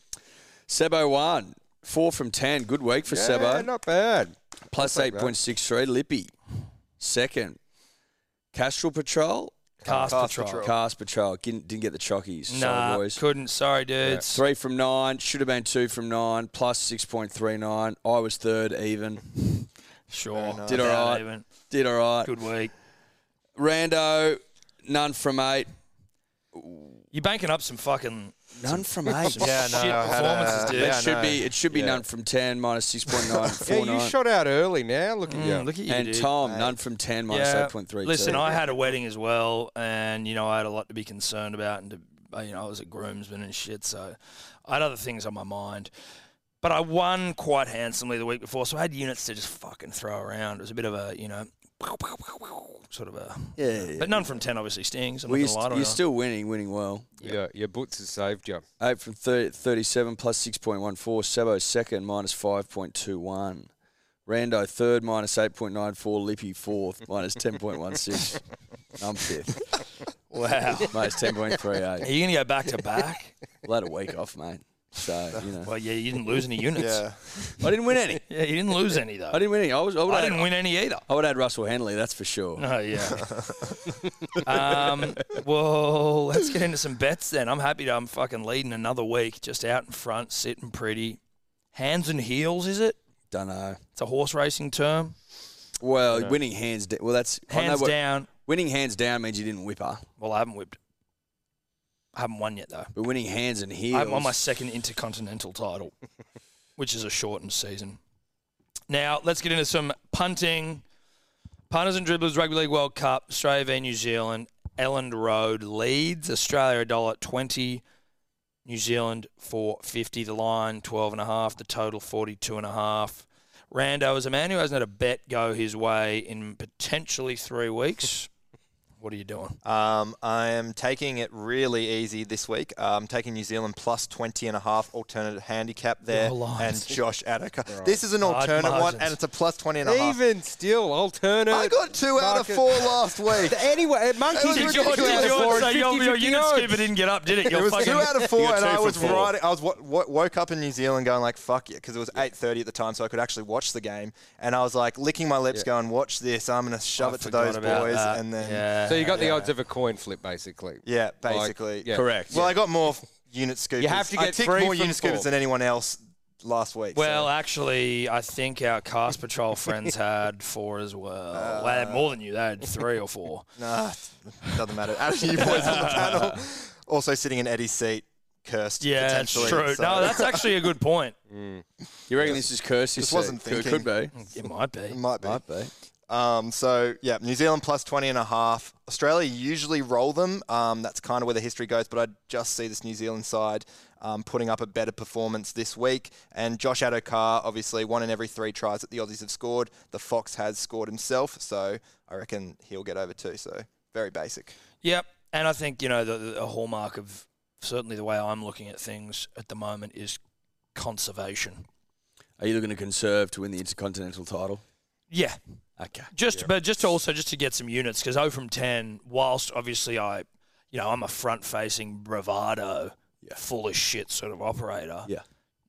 Speaker 2: Sebo won. Four from ten. Good week for
Speaker 4: Yeah,
Speaker 2: Sebo.
Speaker 4: not bad.
Speaker 2: Plus
Speaker 4: not bad.
Speaker 2: 8.63. Lippy. Second. Castrol Patrol.
Speaker 1: Cast,
Speaker 3: Cast
Speaker 1: patrol.
Speaker 3: Patrol.
Speaker 2: Cast Patrol. Didn't, didn't get the chockies.
Speaker 1: Nah,
Speaker 2: Sorry, boys.
Speaker 1: couldn't. Sorry, dudes.
Speaker 2: Three from nine. Should have been two from nine. Plus 6.39. I was third, even.
Speaker 1: Sure.
Speaker 3: enough.
Speaker 2: Did all
Speaker 1: Down
Speaker 2: right.
Speaker 1: even.
Speaker 2: Did all right.
Speaker 1: Good week.
Speaker 2: Rando. None from eight.
Speaker 1: You're banking up some fucking
Speaker 2: None from eight.
Speaker 3: Yeah, no,
Speaker 1: shit
Speaker 3: I had
Speaker 1: performances,
Speaker 3: a-
Speaker 1: dude.
Speaker 2: It
Speaker 3: Yeah,
Speaker 2: should
Speaker 3: no.
Speaker 2: be. It should be
Speaker 4: Yeah.
Speaker 2: none from ten minus six point nine
Speaker 4: Yeah,
Speaker 2: four
Speaker 4: you
Speaker 2: nine.
Speaker 4: shot out early now. Look at
Speaker 1: Mm,
Speaker 4: you.
Speaker 1: Look at you,
Speaker 2: And
Speaker 1: dude.
Speaker 2: Tom, none from ten minus
Speaker 1: Yeah.
Speaker 2: eight point three.
Speaker 1: Listen, I had a wedding as well, and you know I had a lot to be concerned about, and to, uh, you know I was a groomsman and shit, so I had other things on my mind. But I won quite handsomely the week before, so I had units to just fucking throw around. It was a bit of a you know sort of a,
Speaker 2: yeah, yeah, yeah.
Speaker 1: but none from ten obviously stings. I'm
Speaker 2: well,
Speaker 1: not
Speaker 2: you're,
Speaker 1: gonna lie to
Speaker 2: you're
Speaker 1: you.
Speaker 2: still winning, winning well.
Speaker 4: Yeah, your boots has saved you.
Speaker 2: Eight from 30, 37 plus six point one four. Sabo second minus five point two one. Rando third minus eight point nine four. Lippy fourth minus ten point one six. I'm fifth
Speaker 1: Wow,
Speaker 2: minus ten point three
Speaker 1: are
Speaker 2: eight.
Speaker 1: you gonna go back to back?
Speaker 2: Well, had a week off, mate. So you know,
Speaker 1: Well, yeah, you didn't lose any units.
Speaker 3: Yeah.
Speaker 2: I didn't win any.
Speaker 1: Yeah, you didn't lose any though.
Speaker 2: I didn't win any. I was. I, would
Speaker 1: I
Speaker 2: have
Speaker 1: didn't win any either.
Speaker 2: I would add Russell Henley. That's for sure.
Speaker 1: Oh yeah. um, well, let's get into some bets then. I'm happy to. I'm fucking leading another week, just out in front, sitting pretty. Hands and heels, is it?
Speaker 2: Don't know.
Speaker 1: It's a horse racing term.
Speaker 2: Well, winning hands. Da- well, that's I know
Speaker 1: Hands
Speaker 2: what-
Speaker 1: down.
Speaker 2: Winning hands down means you didn't whip her,
Speaker 1: Well, I haven't whipped. I haven't won yet though.
Speaker 2: but winning hands and heels.
Speaker 1: I'm on my second intercontinental title, which is a shortened season. Now let's get into some punting. Punters and dribblers, Rugby League World Cup, Australia v New Zealand, Elland Road leads Australia a dollar twenty, New Zealand four fifty. The line twelve and a half. The total forty two and a half. Rando is a man who hasn't had a bet go his way in potentially three weeks. what are you doing?
Speaker 3: Um, I am taking it really easy this week. Uh, I'm taking New Zealand plus 20 and a half alternate handicap there.
Speaker 1: No
Speaker 3: and
Speaker 1: lines.
Speaker 3: Josh Adaka. This is an
Speaker 1: Hard
Speaker 3: alternate one,
Speaker 1: margins.
Speaker 3: and it's a plus 20 and a half.
Speaker 4: Even still, alternate.
Speaker 3: I got two out of
Speaker 4: market-
Speaker 3: four last week.
Speaker 4: Anyway, uh, monkey
Speaker 3: Did
Speaker 1: Did
Speaker 3: you-
Speaker 1: yours-
Speaker 3: did
Speaker 1: did
Speaker 3: yours
Speaker 1: yours say your, your unit skipper didn't get up, did it?
Speaker 3: It
Speaker 1: Your
Speaker 3: was
Speaker 1: fucking-
Speaker 3: two out of four,
Speaker 2: got
Speaker 3: and
Speaker 2: two
Speaker 3: I
Speaker 2: from
Speaker 3: was
Speaker 2: four.
Speaker 3: riding. I was w- w- woke up in New Zealand going like "fuck yeah" because it was eight thirty at the time, so I could actually watch the game. And I was like licking my lips, going "watch this." I'm gonna shove
Speaker 1: I
Speaker 3: it to
Speaker 1: forgot
Speaker 3: those
Speaker 1: about
Speaker 3: boys,
Speaker 1: that.
Speaker 3: and then yeah,
Speaker 1: yeah.
Speaker 4: So you got the odds of a coin flip, basically. Like,
Speaker 3: basically
Speaker 4: yeah.
Speaker 2: Correct.
Speaker 3: Well, I got more f- unit scoopers.
Speaker 4: have to
Speaker 3: I
Speaker 4: get
Speaker 3: ticked
Speaker 4: three
Speaker 3: more
Speaker 4: from
Speaker 3: unit
Speaker 4: four.
Speaker 3: scoopers than anyone else last week. so-
Speaker 1: Well, uh, actually, I think our cast patrol friends had four as well. well, they had more than you. They had three or four.
Speaker 3: nah, it doesn't matter. Out of you boys on the panel, also sitting in Eddie's seat, cursed.
Speaker 1: Yeah, that's
Speaker 3: potentially,
Speaker 1: true.
Speaker 3: so-
Speaker 1: No, that's actually a good point.
Speaker 2: you reckon this is cursed?
Speaker 3: Just wasn't
Speaker 2: It could
Speaker 3: thinking.
Speaker 2: be. Mm.
Speaker 1: It might
Speaker 3: it
Speaker 1: be.
Speaker 3: might be.
Speaker 2: Might be.
Speaker 3: Um, so yeah, New Zealand plus 20 and a half. Australia usually roll them. Um, that's kind of where the history goes, but I just see this New Zealand side um, putting up a better performance this week. And Josh Adokar, obviously, one in every three tries that the Aussies have scored. The Fox has scored himself, so I reckon he'll get over too. So very basic.
Speaker 1: Yep. And I think, you know, the, the a hallmark of certainly the way I'm looking at things at the moment is conservation.
Speaker 2: Are you looking to conserve to win the intercontinental title?
Speaker 1: Yeah.
Speaker 2: Okay.
Speaker 1: Just, but just also just to get some units because 0 from 10, whilst obviously I, you know, I'm a front facing bravado,
Speaker 2: Yeah.
Speaker 1: full of shit sort of operator.
Speaker 2: Yeah.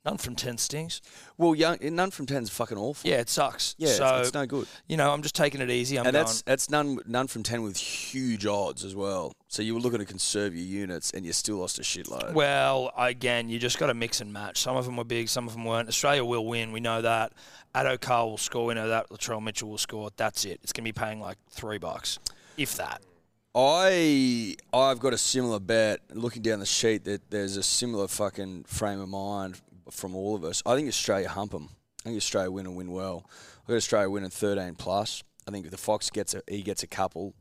Speaker 1: None from 10 stings.
Speaker 2: Well, young, none from ten's fucking awful.
Speaker 1: Yeah, it sucks.
Speaker 2: Yeah,
Speaker 1: so
Speaker 2: it's, it's no good.
Speaker 1: you know, I'm just taking it easy. I'm
Speaker 2: and
Speaker 1: going.
Speaker 2: that's that's none none from ten with huge odds as well. So you were looking to conserve your units, and you still lost a shitload.
Speaker 1: Well, again, you just got to mix and match. Some of them were big, some of them weren't. Australia will win. We know that. Addo Carr will score. We know that. Latrell Mitchell will score. That's it. It's going to be paying like three bucks, if that.
Speaker 2: I I've got a similar bet. Looking down the sheet, that there's a similar fucking frame of mind from all of us. I think Australia hump 'em. I think Australia win and win well. I got Australia winning 13 plus. I think if the Fox gets a he gets a couple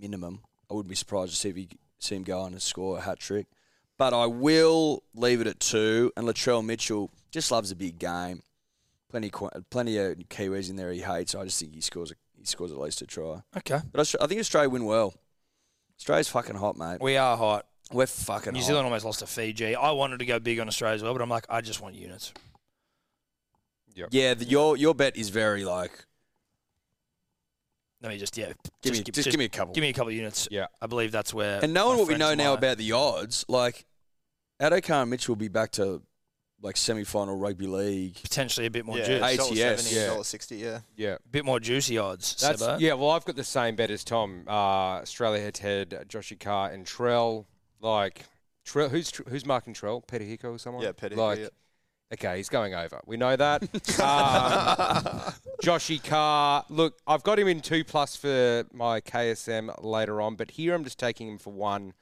Speaker 2: minimum. I wouldn't be surprised to see if he see him go on and score a hat trick. But I will leave it at two. And Latrell Mitchell just loves a big game. Plenty qu- plenty of Kiwis in there he hates. I just think he scores a, he scores at least a try.
Speaker 1: Okay.
Speaker 2: But Austra- I think Australia win well. Australia's fucking hot, mate.
Speaker 1: We are hot.
Speaker 2: We're fucking
Speaker 1: New
Speaker 2: hot.
Speaker 1: Zealand almost lost to Fiji. I wanted to go big on Australia as well, but I'm like, I just want units.
Speaker 2: Yeah, the, your your bet is very like.
Speaker 1: Let me just, yeah.
Speaker 2: Give me,
Speaker 1: gi-
Speaker 2: just, give me a couple.
Speaker 1: Give me a couple of units.
Speaker 4: Yeah.
Speaker 1: I believe that's where.
Speaker 2: and knowing
Speaker 1: my
Speaker 2: what we know
Speaker 1: friends
Speaker 2: now
Speaker 1: lie.
Speaker 2: about the odds, like, Adokar and Mitchell will be back to like semi-final rugby league.
Speaker 1: potentially a bit more
Speaker 3: yeah,
Speaker 1: juice,
Speaker 2: I- ATS,
Speaker 3: $1.70,
Speaker 2: yeah.
Speaker 3: $1.60, yeah.
Speaker 4: Yeah.
Speaker 1: a bit more juicy odds.
Speaker 4: That's,
Speaker 1: Sebo.
Speaker 4: yeah, well, I've got the same bet as Tom. Uh, Australia had had Joshy Carr and Trell. Like, Trell, who's Tr- who's marking Trell? Peter Hicko or someone?
Speaker 3: Yeah, Peter Hicko,
Speaker 4: Like,
Speaker 3: yeah.
Speaker 4: okay, he's going over. We know that. um, Joshy Carr. Look, I've got him in two plus for my KSM later on, but here I'm just taking him for one.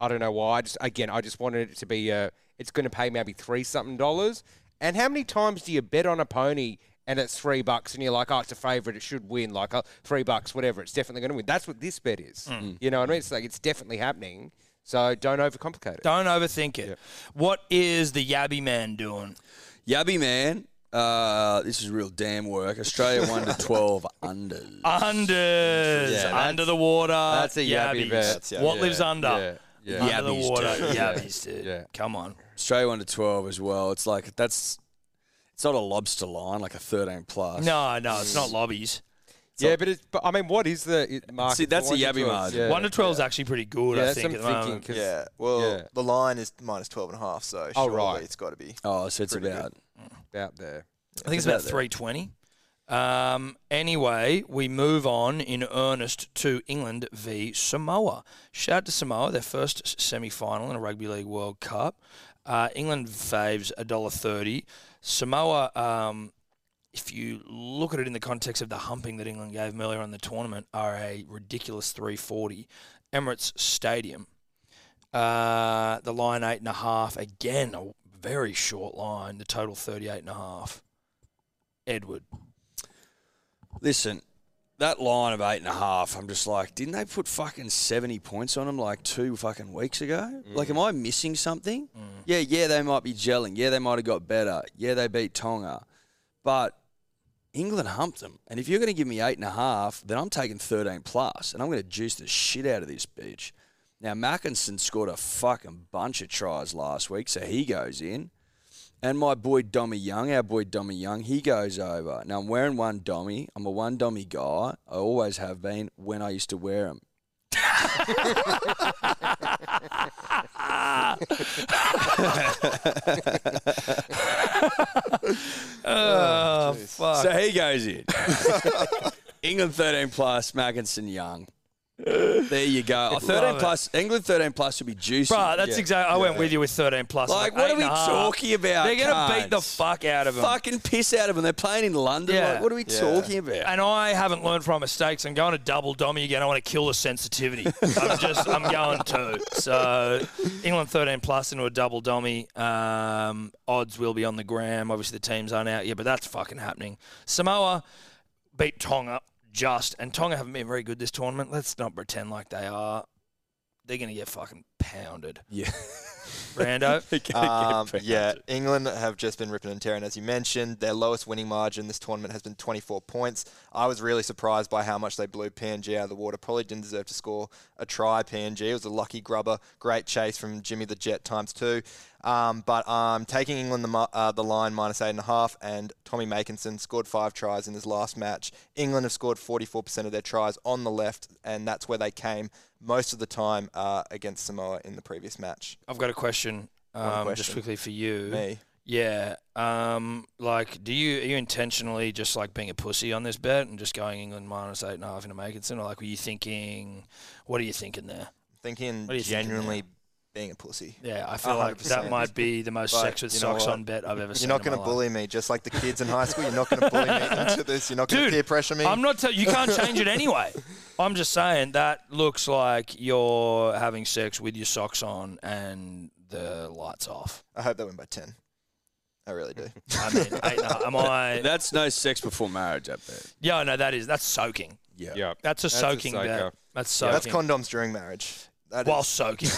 Speaker 4: I don't know why. I just again, I just wanted it to be. Uh, it's going to pay maybe three something dollars. And how many times do you bet on a pony and it's three bucks and you're like, oh, it's a favourite, it should win, like uh, three bucks, whatever. It's definitely going to win. That's what this bet is. You know what I mean? It's like it's definitely happening. So don't overcomplicate it.
Speaker 1: Don't overthink it. What is the Yabby man doing?
Speaker 2: Yabby man, uh, this is real damn work. Australia one to twelve under.
Speaker 1: Unders.
Speaker 4: Yeah,
Speaker 1: under the water.
Speaker 4: that's a yabby
Speaker 1: yabbies.
Speaker 4: bet. That's
Speaker 3: yabby.
Speaker 1: What
Speaker 3: Yeah,
Speaker 1: lives under?
Speaker 4: Yeah.
Speaker 1: Under
Speaker 4: yeah.
Speaker 1: the
Speaker 2: Yabbies, dude.
Speaker 1: water.
Speaker 4: Yeah.
Speaker 1: Yabbies, dude.
Speaker 4: Yeah.
Speaker 1: Come on.
Speaker 2: Australia one to twelve as well. It's like that's. It's not a lobster line like a thirteen plus.
Speaker 1: No, no, it's not lobbies.
Speaker 4: Yeah, but it's, but I mean, what is the it- market?
Speaker 2: See,
Speaker 4: for
Speaker 2: that's a
Speaker 4: one to
Speaker 2: yabby
Speaker 4: twelve?
Speaker 2: margin.
Speaker 4: Yeah.
Speaker 1: One to twelve is actually pretty good,
Speaker 4: yeah,
Speaker 1: I
Speaker 4: that's
Speaker 1: think,
Speaker 4: what
Speaker 1: at
Speaker 4: I'm
Speaker 1: the moment.
Speaker 4: thinking. 'cause-
Speaker 3: Yeah. Well,
Speaker 4: yeah.
Speaker 3: the line is minus 12 and a half, so
Speaker 4: Oh,
Speaker 3: surely
Speaker 4: right.
Speaker 3: it's got to be.
Speaker 2: Oh, so it's
Speaker 3: Pretty good.
Speaker 2: about
Speaker 4: about there.
Speaker 1: I think
Speaker 2: It's
Speaker 1: it's about
Speaker 2: out there.
Speaker 1: 320. Um, anyway, we move on in earnest to England v Samoa. Shout out to Samoa, their first semi final in a Rugby League World Cup. Uh, England faves $1.30. Samoa, um, if you look at it in the context of the humping that England gave them earlier on in the tournament, are a ridiculous 340. Emirates Stadium. Uh, the line eight and a half again, a very short line. The total thirty eight and a half. Edward,
Speaker 2: Listen, that line of eight and a half, I'm just like, didn't they put fucking 70 points on them like two fucking weeks ago? Like, am I missing something? Yeah, yeah, they might be gelling. Yeah, they might have got better. Yeah, they beat Tonga. But England humped them. And if you're going to give me eight and a half, then I'm taking 13 plus and I'm going to juice the shit out of this bitch. Now, Mackinson scored a fucking bunch of tries last week, so he goes in. And my boy Dommy Young, our boy Dommy Young, he goes over. Now I'm wearing one Dommy. I'm a one Dommy guy. I always have been when I used to wear them.
Speaker 1: oh, fuck,
Speaker 2: So he goes in. England 13 plus, Mackinson Young. There you go. Oh, 13
Speaker 1: it.
Speaker 2: plus, England 13 plus would be juicy.
Speaker 1: bro, that's exactly. I went with you with thirteen plus. I'm
Speaker 2: like, what
Speaker 1: eight
Speaker 2: are we
Speaker 1: and a half.
Speaker 2: talking about?
Speaker 1: They're gonna beat the
Speaker 2: cunts?
Speaker 1: fuck out of them.
Speaker 2: fucking piss out of them. They're playing in London.
Speaker 1: Yeah.
Speaker 2: Like, what are we
Speaker 3: Yeah.
Speaker 2: talking about?
Speaker 1: And I haven't learned from my mistakes. I'm going to double dummy again. I want to kill the sensitivity. I'm just, I'm going to. So, England 13 plus into a double dummy. Um, odds will be on the gram. Obviously, the teams aren't out yet, but that's fucking happening. Samoa beat Tonga just, and Tonga haven't been very good this tournament. Let's not pretend like they are. They're going to get fucking pounded.
Speaker 2: yeah.
Speaker 1: Brando,
Speaker 3: Um, yeah, England have just been ripping and tearing, as you mentioned. Their lowest winning margin this tournament has been 24 points. I was really surprised by how much they blew PNG out of the water. Probably didn't deserve to score a try. PNG it was a lucky grubber. Great chase from Jimmy the Jet times two. Um, but I'm taking England the, mi- uh, the line minus eight and a half, and Tommy Makinson scored five tries in his last match. England have scored 44% of their tries on the left, and that's where they came most of the time uh, against Samoa in the previous match.
Speaker 1: I've got a question, um, just
Speaker 3: question.
Speaker 1: quickly for you.
Speaker 3: Me.
Speaker 1: Yeah. Um. Like, do you are you intentionally just like being a pussy on this bet and just going England minus eight and a half into Makinson, or like were you thinking? What are you thinking there?
Speaker 3: thinking
Speaker 1: What are you thinking
Speaker 3: genuinely being a pussy.
Speaker 1: Yeah, I feel like that
Speaker 3: 100%.
Speaker 1: might be the most
Speaker 3: But
Speaker 1: sex with
Speaker 3: you know
Speaker 1: socks
Speaker 3: what?
Speaker 1: on bet I've ever
Speaker 3: You're
Speaker 1: seen.
Speaker 3: not
Speaker 1: going to
Speaker 3: bully me, just like the kids in high school. You're not going to bully me into this. You're not going to
Speaker 1: Dude,
Speaker 3: peer pressure me.
Speaker 1: I'm not. Tell- you can't change it anyway. I'm just saying that looks like you're having sex with your socks on and the lights off.
Speaker 3: I hope they win by ten. I really do.
Speaker 1: I mean, eight and a half. am I?
Speaker 2: That's no sex before marriage up there.
Speaker 1: Yeah, no, that is that's soaking.
Speaker 2: Yeah.
Speaker 4: Yeah.
Speaker 1: That's a
Speaker 4: a
Speaker 1: soaking
Speaker 4: soaker.
Speaker 1: bet. That's soaking.
Speaker 3: That's condoms during marriage. That is-
Speaker 1: While soaking.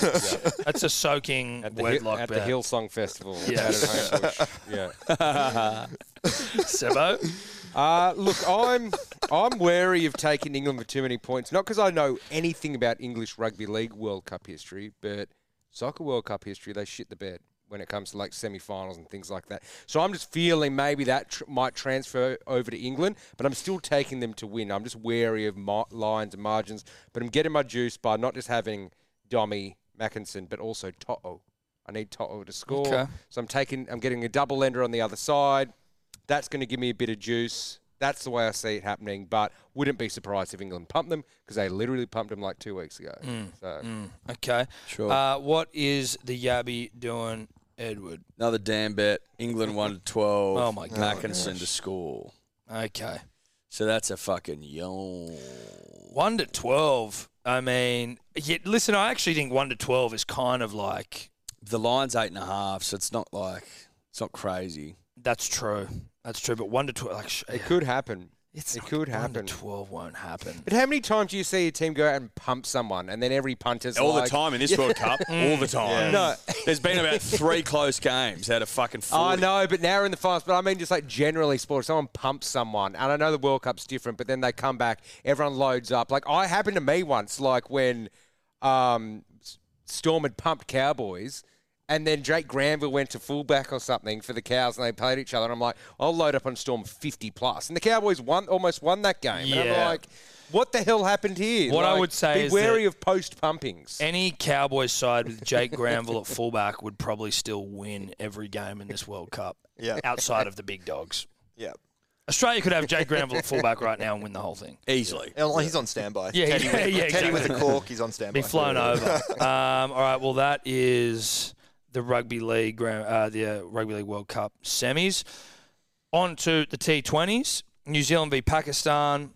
Speaker 1: That's a soaking
Speaker 4: At the, Hill,
Speaker 1: wedlock
Speaker 4: at the
Speaker 1: bet.
Speaker 4: Hillsong Festival.
Speaker 1: Yes.
Speaker 4: Out at Homebush. yeah.
Speaker 1: Sebo?
Speaker 4: Uh, look, I'm I'm wary of taking England for too many points. Not because I know anything about English Rugby League World Cup history, but Soccer World Cup history, they shit the bed when it comes to like semi-finals and things like that. So I'm just feeling maybe that tr- might transfer over to England, but I'm still taking them to win. I'm just wary of mar- lines and margins, but I'm getting my juice by not just having Dommy Mackinson, but also Toto. I need Toto to score,
Speaker 1: Okay.
Speaker 4: so I'm taking I'm getting a double ender on the other side. That's going to give me a bit of juice. That's the way I see it happening, but wouldn't be surprised if England pumped them because they literally pumped them like two weeks ago.
Speaker 2: Mm.
Speaker 4: So
Speaker 1: Okay.
Speaker 2: Sure.
Speaker 1: Uh, what is the Yabby doing, Edward?
Speaker 2: Another damn bet. England one to twelve.
Speaker 1: Oh my God.
Speaker 2: Mackinson to score.
Speaker 1: Okay.
Speaker 2: So that's a fucking yawn.
Speaker 1: 1 to 12. I mean, yeah, listen, I actually think 1 to 12 is kind of like,
Speaker 2: The line's eight and a half, so it's not like it's not crazy.
Speaker 1: that's true. That's true. But 1 to 12, like, sh-
Speaker 4: it could happen.
Speaker 1: it's
Speaker 4: it
Speaker 1: not- 1
Speaker 4: could happen.
Speaker 1: to 12 won't happen.
Speaker 4: But how many times do you see a team go out and pump someone, and then every punter's
Speaker 2: All
Speaker 4: like,
Speaker 2: the time in this World Cup. All the time.
Speaker 4: No.
Speaker 2: There's been about three close games out of fucking four.
Speaker 4: I know, Oh, but now we're in the finals. But I mean, just like generally, sport. if Someone pumps someone, and I know the World Cup's different, but then they come back. Everyone loads up. Like I happened to me once, like when um, S- Storm had pumped Cowboys, and then Jake Granville went to fullback or something for the Cows, and they played each other. And I'm like, I'll load up on Storm 50 plus, and the Cowboys won, almost won that game. And
Speaker 1: Yeah.
Speaker 4: I'm like, what the hell happened here?
Speaker 1: What I
Speaker 4: Like,
Speaker 1: would say
Speaker 4: be
Speaker 1: is
Speaker 4: wary
Speaker 1: that-
Speaker 4: of post pumpings.
Speaker 1: Any Cowboys side with Jake Granville at fullback would probably still win every game in this World Cup
Speaker 3: Yeah.
Speaker 1: outside of the big dogs.
Speaker 3: yeah.
Speaker 1: Australia could have Jake Granville at fullback right now and win the whole thing.
Speaker 2: Easily.
Speaker 3: Oh, He's on standby.
Speaker 1: Yeah,
Speaker 3: Teddy
Speaker 1: yeah,
Speaker 3: with,
Speaker 1: yeah,
Speaker 3: Teddy with
Speaker 1: exactly.
Speaker 3: a cork. He's on standby.
Speaker 1: Be flown over. Um, all right. Well, that is the rugby league, grand- uh, the uh, rugby league World Cup semis. On to the T20s. New Zealand v Pakistan.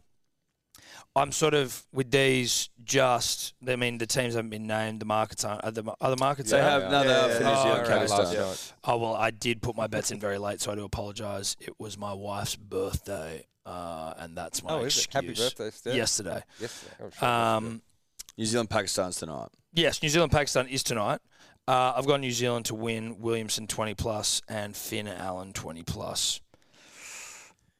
Speaker 1: I'm sort of with these. Just, I mean, the teams haven't been named. The markets aren't. Are the ma- other markets
Speaker 2: They
Speaker 1: out?
Speaker 2: have no, they
Speaker 3: Yeah,
Speaker 2: have
Speaker 3: yeah,
Speaker 2: for
Speaker 1: yeah.
Speaker 2: New Zealand,
Speaker 1: Oh, okay.
Speaker 2: Pakistan.
Speaker 4: Last night.
Speaker 1: Oh well, I did put my bets in very late, so I do apologise. It was my wife's birthday, uh, and that's my
Speaker 4: Oh, is
Speaker 1: excuse.
Speaker 4: it? Happy birthday, Steph.
Speaker 1: Yesterday.
Speaker 4: Yes. Oh, shit.
Speaker 1: Um,
Speaker 2: New Zealand, Pakistan's tonight.
Speaker 1: Yes, New Zealand Pakistan is tonight. Uh, I've got New Zealand to win. Williamson twenty plus and Finn Allen twenty plus.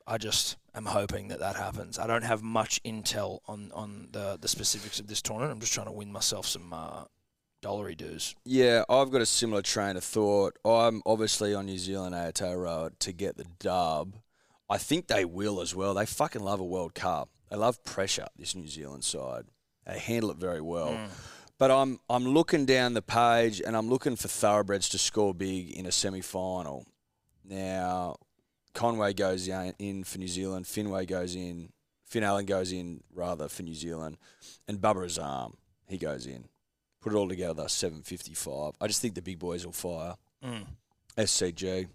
Speaker 1: I just am hoping that that happens. I don't have much intel on on the the specifics of this tournament. I'm just trying to win myself some uh, dollary dues.
Speaker 2: Yeah, I've got a similar train of thought. I'm obviously on New Zealand Aotearoa to get the dub. I think they will as well. They fucking love a World Cup. They love pressure, this New Zealand side. They handle it very well. But I'm I'm looking down the page and I'm looking for thoroughbreds to score big in a semi final. Now, Conway goes in in for New Zealand, Finway goes in, Finn Allen goes in rather for New Zealand, and Bubba Azam, he goes in. Put it all together, seven fifty five. I just think the big boys will fire.
Speaker 1: Mm.
Speaker 2: SCG,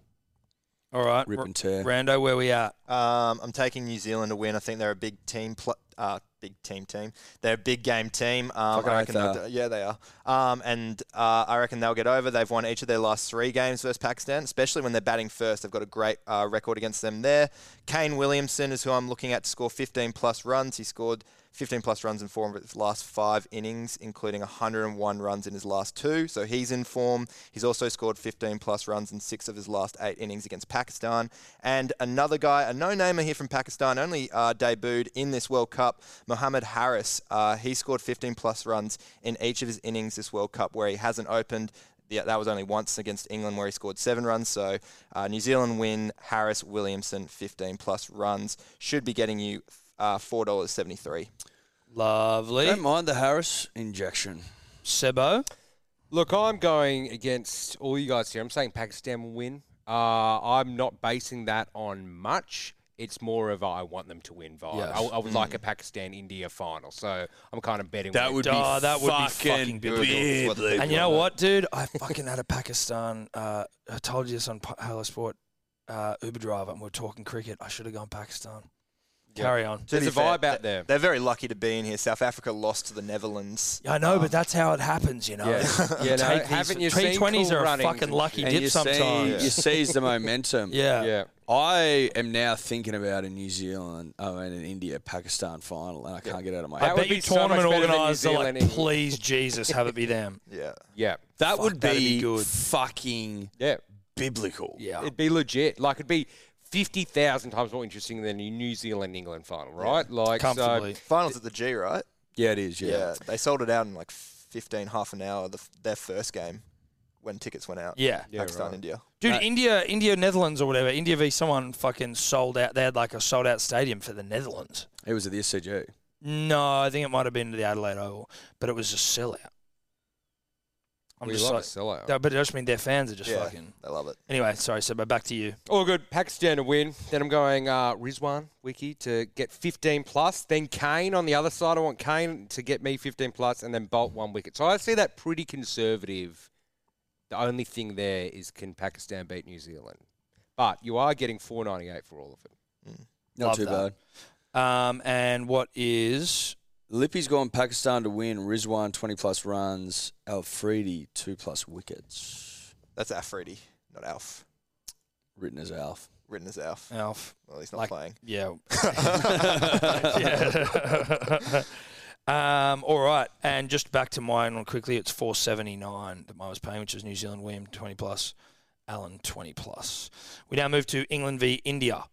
Speaker 1: All right,
Speaker 2: rip and tear.
Speaker 1: Rando, where we at?
Speaker 3: Um, I'm taking New Zealand to win. I think they're a big team. Pl- uh, big team team. They're a big game team. Um,
Speaker 2: Fucking
Speaker 3: I reckon
Speaker 2: oath
Speaker 3: they'll
Speaker 2: they
Speaker 3: do- yeah, they are. Um, and uh, I reckon they'll get over. They've won each of their last three games versus Pakistan, especially when they're batting first. They've got a great uh, record against them there. Kane Williamson is who I'm looking at to score 15 plus runs. He scored 15 plus runs in four of his last five innings, including 101 runs in his last two. So he's in form. He's also scored 15 plus runs in six of his last eight innings against Pakistan. And another guy, a no-namer here from Pakistan, only uh, debuted in this World Cup, Mohammad Harris. Uh, he scored 15 plus runs in each of his innings this World Cup, where he hasn't opened. Yeah, that was only once against England where he scored seven runs. So uh, New Zealand win. Harris Williamson 15 plus runs should be getting you uh, four dollars 73.
Speaker 1: Lovely,
Speaker 2: Don't mind the Harris injection.
Speaker 1: Sebo.
Speaker 4: Look, I'm going against all you guys here. I'm saying Pakistan will win. Uh, I'm not basing that on much. It's more of a, I want them to win vibe.
Speaker 2: Yes.
Speaker 4: I, I would like a Pakistan India final. So I'm kind of betting
Speaker 2: That
Speaker 4: with
Speaker 2: would be
Speaker 1: Oh, Mm. that would be
Speaker 2: fucking,
Speaker 1: fucking
Speaker 2: big.
Speaker 1: beautiful.
Speaker 3: What the fuck?
Speaker 1: And you know what, dude? I fucking had a Pakistan. Uh, I told you this on Pa- Hello Sport uh, Uber driver, and we are talking cricket. I should have gone Pakistan. Carry on.
Speaker 3: To
Speaker 4: There's
Speaker 3: be
Speaker 4: a vibe
Speaker 3: fair,
Speaker 4: out there.
Speaker 3: They're very lucky to be in here. South Africa lost to the Netherlands.
Speaker 1: I know,
Speaker 3: Um,
Speaker 1: but that's how it happens, you know.
Speaker 4: Ah. Yeah. You know,
Speaker 1: Take these-
Speaker 4: haven't you seen
Speaker 1: T20s
Speaker 4: Cool
Speaker 1: are a
Speaker 4: Runnings?
Speaker 1: fucking lucky
Speaker 2: And
Speaker 1: dip
Speaker 2: you see,
Speaker 1: sometimes.
Speaker 2: you seize the momentum.
Speaker 1: Yeah.
Speaker 4: Yeah.
Speaker 2: I am now thinking about a New Zealand, I mean, an India Pakistan final, and I can't get out of my
Speaker 1: I
Speaker 2: head.
Speaker 4: That would
Speaker 1: bet you
Speaker 4: be so much
Speaker 1: tournament
Speaker 4: better than New
Speaker 1: organisers are like,
Speaker 4: Zealand.
Speaker 1: please, Jesus, have it be them.
Speaker 3: Yeah.
Speaker 4: Yeah.
Speaker 2: That
Speaker 1: Fuck,
Speaker 2: would be,
Speaker 1: that'd be good.
Speaker 2: fucking
Speaker 4: Yeah.
Speaker 2: biblical.
Speaker 1: Yeah.
Speaker 4: It'd be legit. Like it'd be fifty thousand times more interesting than the New Zealand England final, right? Like
Speaker 1: Comfortably.
Speaker 4: so.
Speaker 3: Finals at the G, right?
Speaker 2: Yeah, it is. Yeah.
Speaker 3: They sold it out in like 15, half an hour, the, f- their first game when tickets went out.
Speaker 1: yeah.
Speaker 4: Yeah,
Speaker 3: Pakistan,
Speaker 4: right.
Speaker 3: India.
Speaker 1: Dude,
Speaker 2: That-
Speaker 1: India, India, Netherlands, or whatever. India v someone fucking sold out. They had like a sold out stadium for the Netherlands.
Speaker 2: It was at the SCG.
Speaker 1: No, I think it might have been to the Adelaide Oval, but it was a sellout. I'm
Speaker 4: we
Speaker 1: just
Speaker 4: love
Speaker 1: like,
Speaker 4: a sellout.
Speaker 1: No, but I just mean their fans are just
Speaker 3: Yeah.
Speaker 1: fucking.
Speaker 3: They love it.
Speaker 1: Anyway, sorry, so but back to you.
Speaker 4: All good. Pakistan to win. Then I'm going uh, Rizwan Wiki to get 15 plus. Then Kane on the other side. I want Kane to get me 15 plus, and then Bolt one wicket. So I see that pretty conservative. The only thing there is can Pakistan beat New Zealand? But you are getting 498 for all of it.
Speaker 2: Not
Speaker 1: Love
Speaker 2: too
Speaker 1: that.
Speaker 2: bad.
Speaker 1: Um, and what is
Speaker 2: Lippy's gone Pakistan to win. Rizwan twenty plus runs. Alfredi two plus wickets.
Speaker 3: That's Afridi, not Alf.
Speaker 2: Written as Alf.
Speaker 3: Written as Alf.
Speaker 1: Alf?
Speaker 3: Well, he's not
Speaker 1: Like-
Speaker 3: playing.
Speaker 1: Yeah. Yeah. um, all right, and just back to mine real quickly. It's four seventy nine that mine was paying, which is New Zealand William twenty plus, Allen twenty plus. We now move to England v India.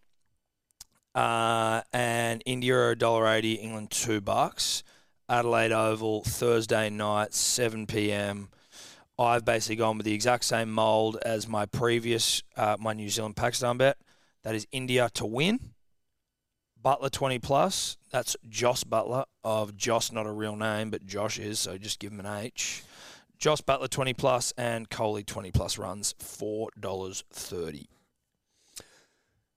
Speaker 1: Uh, and India are $1.80, England two bucks. Adelaide Oval Thursday night, seven p.m. I've basically gone with the exact same mold as my previous uh, my New Zealand Pakistan bet. That is India to win. Butler 20 plus. That's Joss Butler of Joss, not a real name, but Josh is, so just give him an H. Joss Butler 20 plus and Coley 20 plus runs $4.30.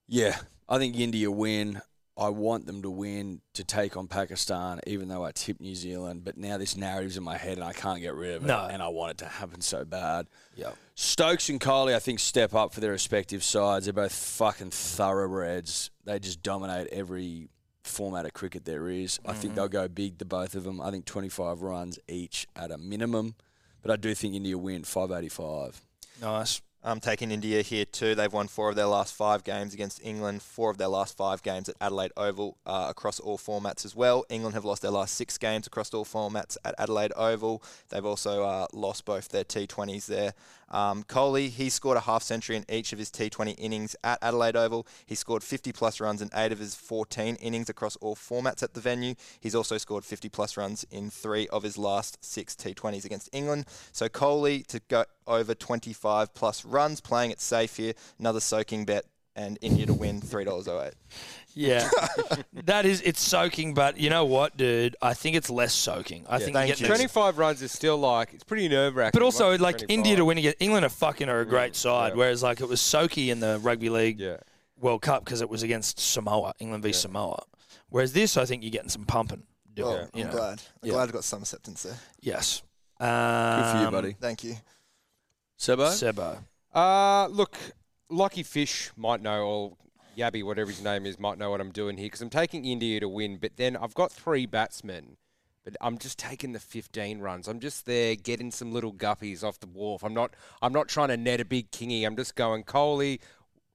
Speaker 2: Yeah, I think India win. I want them to win to take on Pakistan, even though I tipped New Zealand. But now this narrative's in my head and I can't get rid of it.
Speaker 1: No.
Speaker 2: And I want it to happen so bad.
Speaker 1: Yeah.
Speaker 2: Stokes and Coley, I think, step up for their respective sides. They're both fucking thoroughbreds. They just dominate every format of cricket there is. I
Speaker 1: Mm-hmm.
Speaker 2: think they'll go big, the both of them. I think 25 runs each at a minimum. But I do think India win 585.
Speaker 1: Nice.
Speaker 3: I'm taking India here too. They've won four of their last five games against England, four of their last five games at Adelaide Oval uh, across all formats as well. England have lost their last six games across all formats at Adelaide Oval. They've also uh, lost both their T20s there. Um, Coley, he scored a half century in each of his T20 innings at Adelaide Oval. He scored 50 plus runs in eight of his 14 innings across all formats at the venue. He's also scored 50 plus runs in three of his last six T20s against England. So Coley to go over 25 plus runs, playing it safe here. Another soaking bet, and India to win $3.08.
Speaker 1: Yeah. that is, it's soaking, but you know what, dude? I think it's less soaking. I think you
Speaker 3: thank
Speaker 1: get
Speaker 3: you.
Speaker 1: those-
Speaker 4: 25 runs is still like it's pretty nerve wracking.
Speaker 1: But also, like India to win against England are fucking are a
Speaker 3: Mm,
Speaker 1: great side. Whereas like it was Soaky in the rugby league
Speaker 4: Yeah.
Speaker 1: World Cup because it was against Samoa, England v Samoa. Whereas this, I think you're getting some pumping. doing,
Speaker 3: Well,
Speaker 1: you
Speaker 3: I'm
Speaker 1: know.
Speaker 3: glad. I'm glad I've got some acceptance there.
Speaker 1: Yes.
Speaker 2: Good for you,
Speaker 1: Um,
Speaker 2: buddy.
Speaker 3: Thank you.
Speaker 2: Sebo?
Speaker 1: Sebo.
Speaker 4: Uh, look, Lucky Fish might know all. Yabby, whatever his name is, might know what I'm doing here because I'm taking India to win. But then I've got three batsmen, but I'm just taking the 15 runs. I'm just there getting some little guppies off the wharf. I'm not. I'm not trying to net a big kingy. I'm just going Coley,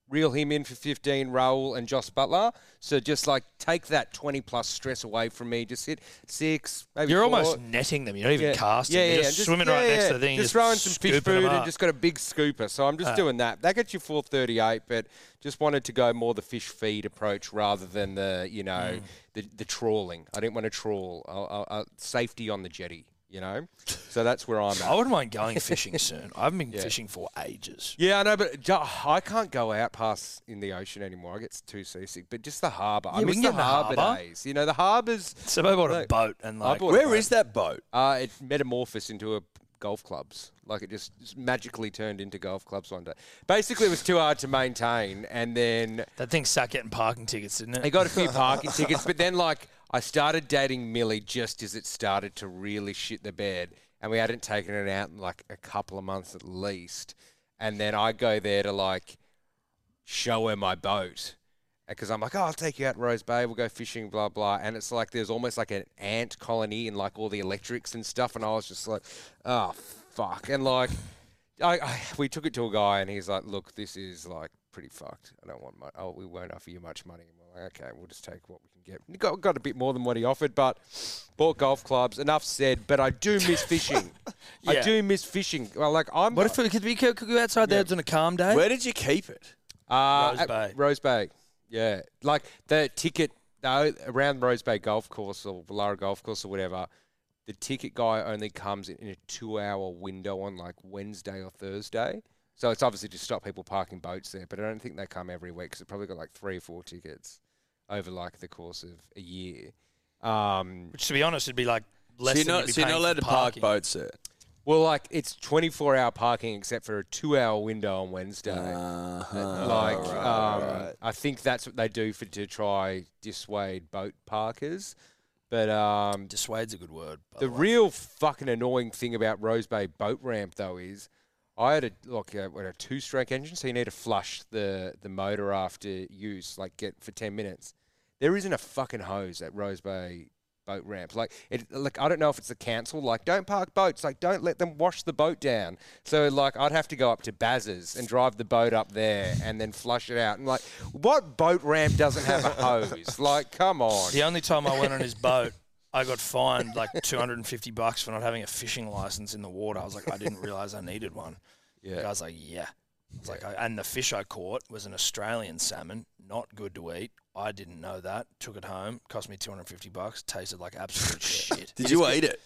Speaker 4: reel him in for 15. Raul and Joss Butler. So just like take that 20 plus stress away from me. Just hit six. Maybe
Speaker 1: You're
Speaker 4: four.
Speaker 1: almost netting them. You're not even casting. You're just,
Speaker 4: just-
Speaker 1: swimming
Speaker 4: yeah,
Speaker 1: right next
Speaker 4: yeah.
Speaker 1: to the thing.
Speaker 4: Just throwing some fish
Speaker 1: scooping them
Speaker 4: food and
Speaker 1: up. Ah.
Speaker 4: just got a big scooper. So I'm just doing that. That gets you 438, but just wanted to go more the fish feed approach rather than the you
Speaker 1: Mm.
Speaker 4: know the, the trawling. I didn't want to trawl. I, I, I, safety on the jetty, you know. So that's where I'm
Speaker 1: I
Speaker 4: at.
Speaker 1: wouldn't mind going fishing soon. I haven't been fishing for ages.
Speaker 4: Yeah, I know, but ju- I can't go out past in the ocean anymore. I get too seasick. But just the harbour. I
Speaker 1: Yeah, we
Speaker 4: miss
Speaker 1: can
Speaker 4: the
Speaker 1: get in the
Speaker 4: harbour
Speaker 1: harbour.
Speaker 4: days. You know, the harbours.
Speaker 1: Sebo bought a
Speaker 4: Look,
Speaker 1: boat and like
Speaker 4: bought a
Speaker 2: Where
Speaker 4: boat.
Speaker 2: is that boat?
Speaker 4: Uh, it metamorphosed into a golf clubs. Like it just, just magically turned into golf clubs one day. Basically, it was too hard to maintain, and then
Speaker 1: That thing sucked getting parking tickets, didn't
Speaker 4: I
Speaker 1: it?
Speaker 4: got a few parking tickets. But then, like, I started dating Millie just as it started to really shit the bed, and we hadn't taken it out in like a couple of months at least. And then I go there to like show her my boat. Because I'm like, oh, I'll take you out Rose Bay. We'll go fishing, blah blah. And it's like there's almost like an ant colony and like all the electrics and stuff. And I was just like, oh fuck. And like, I, I we took it to a guy and he's like, look, this is like pretty fucked. I don't want my. Oh, we won't offer you much money. And we're like, okay, we'll just take what we can get. And he Got got a bit more than what he offered, but bought golf clubs. Enough said. But I do miss fishing. I
Speaker 1: Yeah.
Speaker 4: do miss fishing. Well, like I'm.
Speaker 1: What if we could we could go outside there on a calm day?
Speaker 2: Where did you keep it?
Speaker 4: Uh,
Speaker 1: Rose
Speaker 4: at
Speaker 1: Bay.
Speaker 4: Rose Bay. Yeah. Like the ticket though around Rose Bay Golf Course or Lara Golf Course or whatever, the ticket guy only comes in a two hour window on like Wednesday or Thursday. So it's obviously to stop people parking boats there, but I don't think they come every week because it probably got like three or four tickets over like the course of a year. Um,
Speaker 1: Which, to be honest, would be like less
Speaker 2: So you're
Speaker 1: than
Speaker 2: not,
Speaker 1: you'd be
Speaker 2: so you're
Speaker 1: paying
Speaker 2: not
Speaker 1: for
Speaker 2: allowed to
Speaker 1: parking.
Speaker 2: park boats there.
Speaker 4: well, like it's 24 hour parking except for a two hour window on Wednesday.
Speaker 2: Uh-huh.
Speaker 4: like
Speaker 2: Alright,
Speaker 4: um,
Speaker 2: alright.
Speaker 4: I think that's what they do for to try dissuade boat parkers. But um,
Speaker 1: Dissuade's a good word. by
Speaker 4: the
Speaker 1: way.
Speaker 4: real fucking annoying thing about Rose Bay boat ramp though is I had a like a, what, a two-stroke engine, so you need to flush the the motor after use, like get for ten minutes. There isn't a fucking hose at Rose Bay boat ramp. Like it, like I don't know if it's the council, like don't park boats, like don't let them wash the boat down. So like I'd have to go up to Baz's and drive the boat up there and then flush it out. And like what boat ramp doesn't have a hose? like come on.
Speaker 1: The only time I went on his boat, I got fined like 250 bucks for not having a fishing license in the water. I was like, I didn't realize I needed one.
Speaker 4: Yeah.
Speaker 1: The guy's like, yeah. It's like, I, and the fish I caught was an Australian salmon, not good to eat. I didn't know that. Took it home, cost me 250 bucks. Tasted like absolute shit.
Speaker 2: Did you eat it?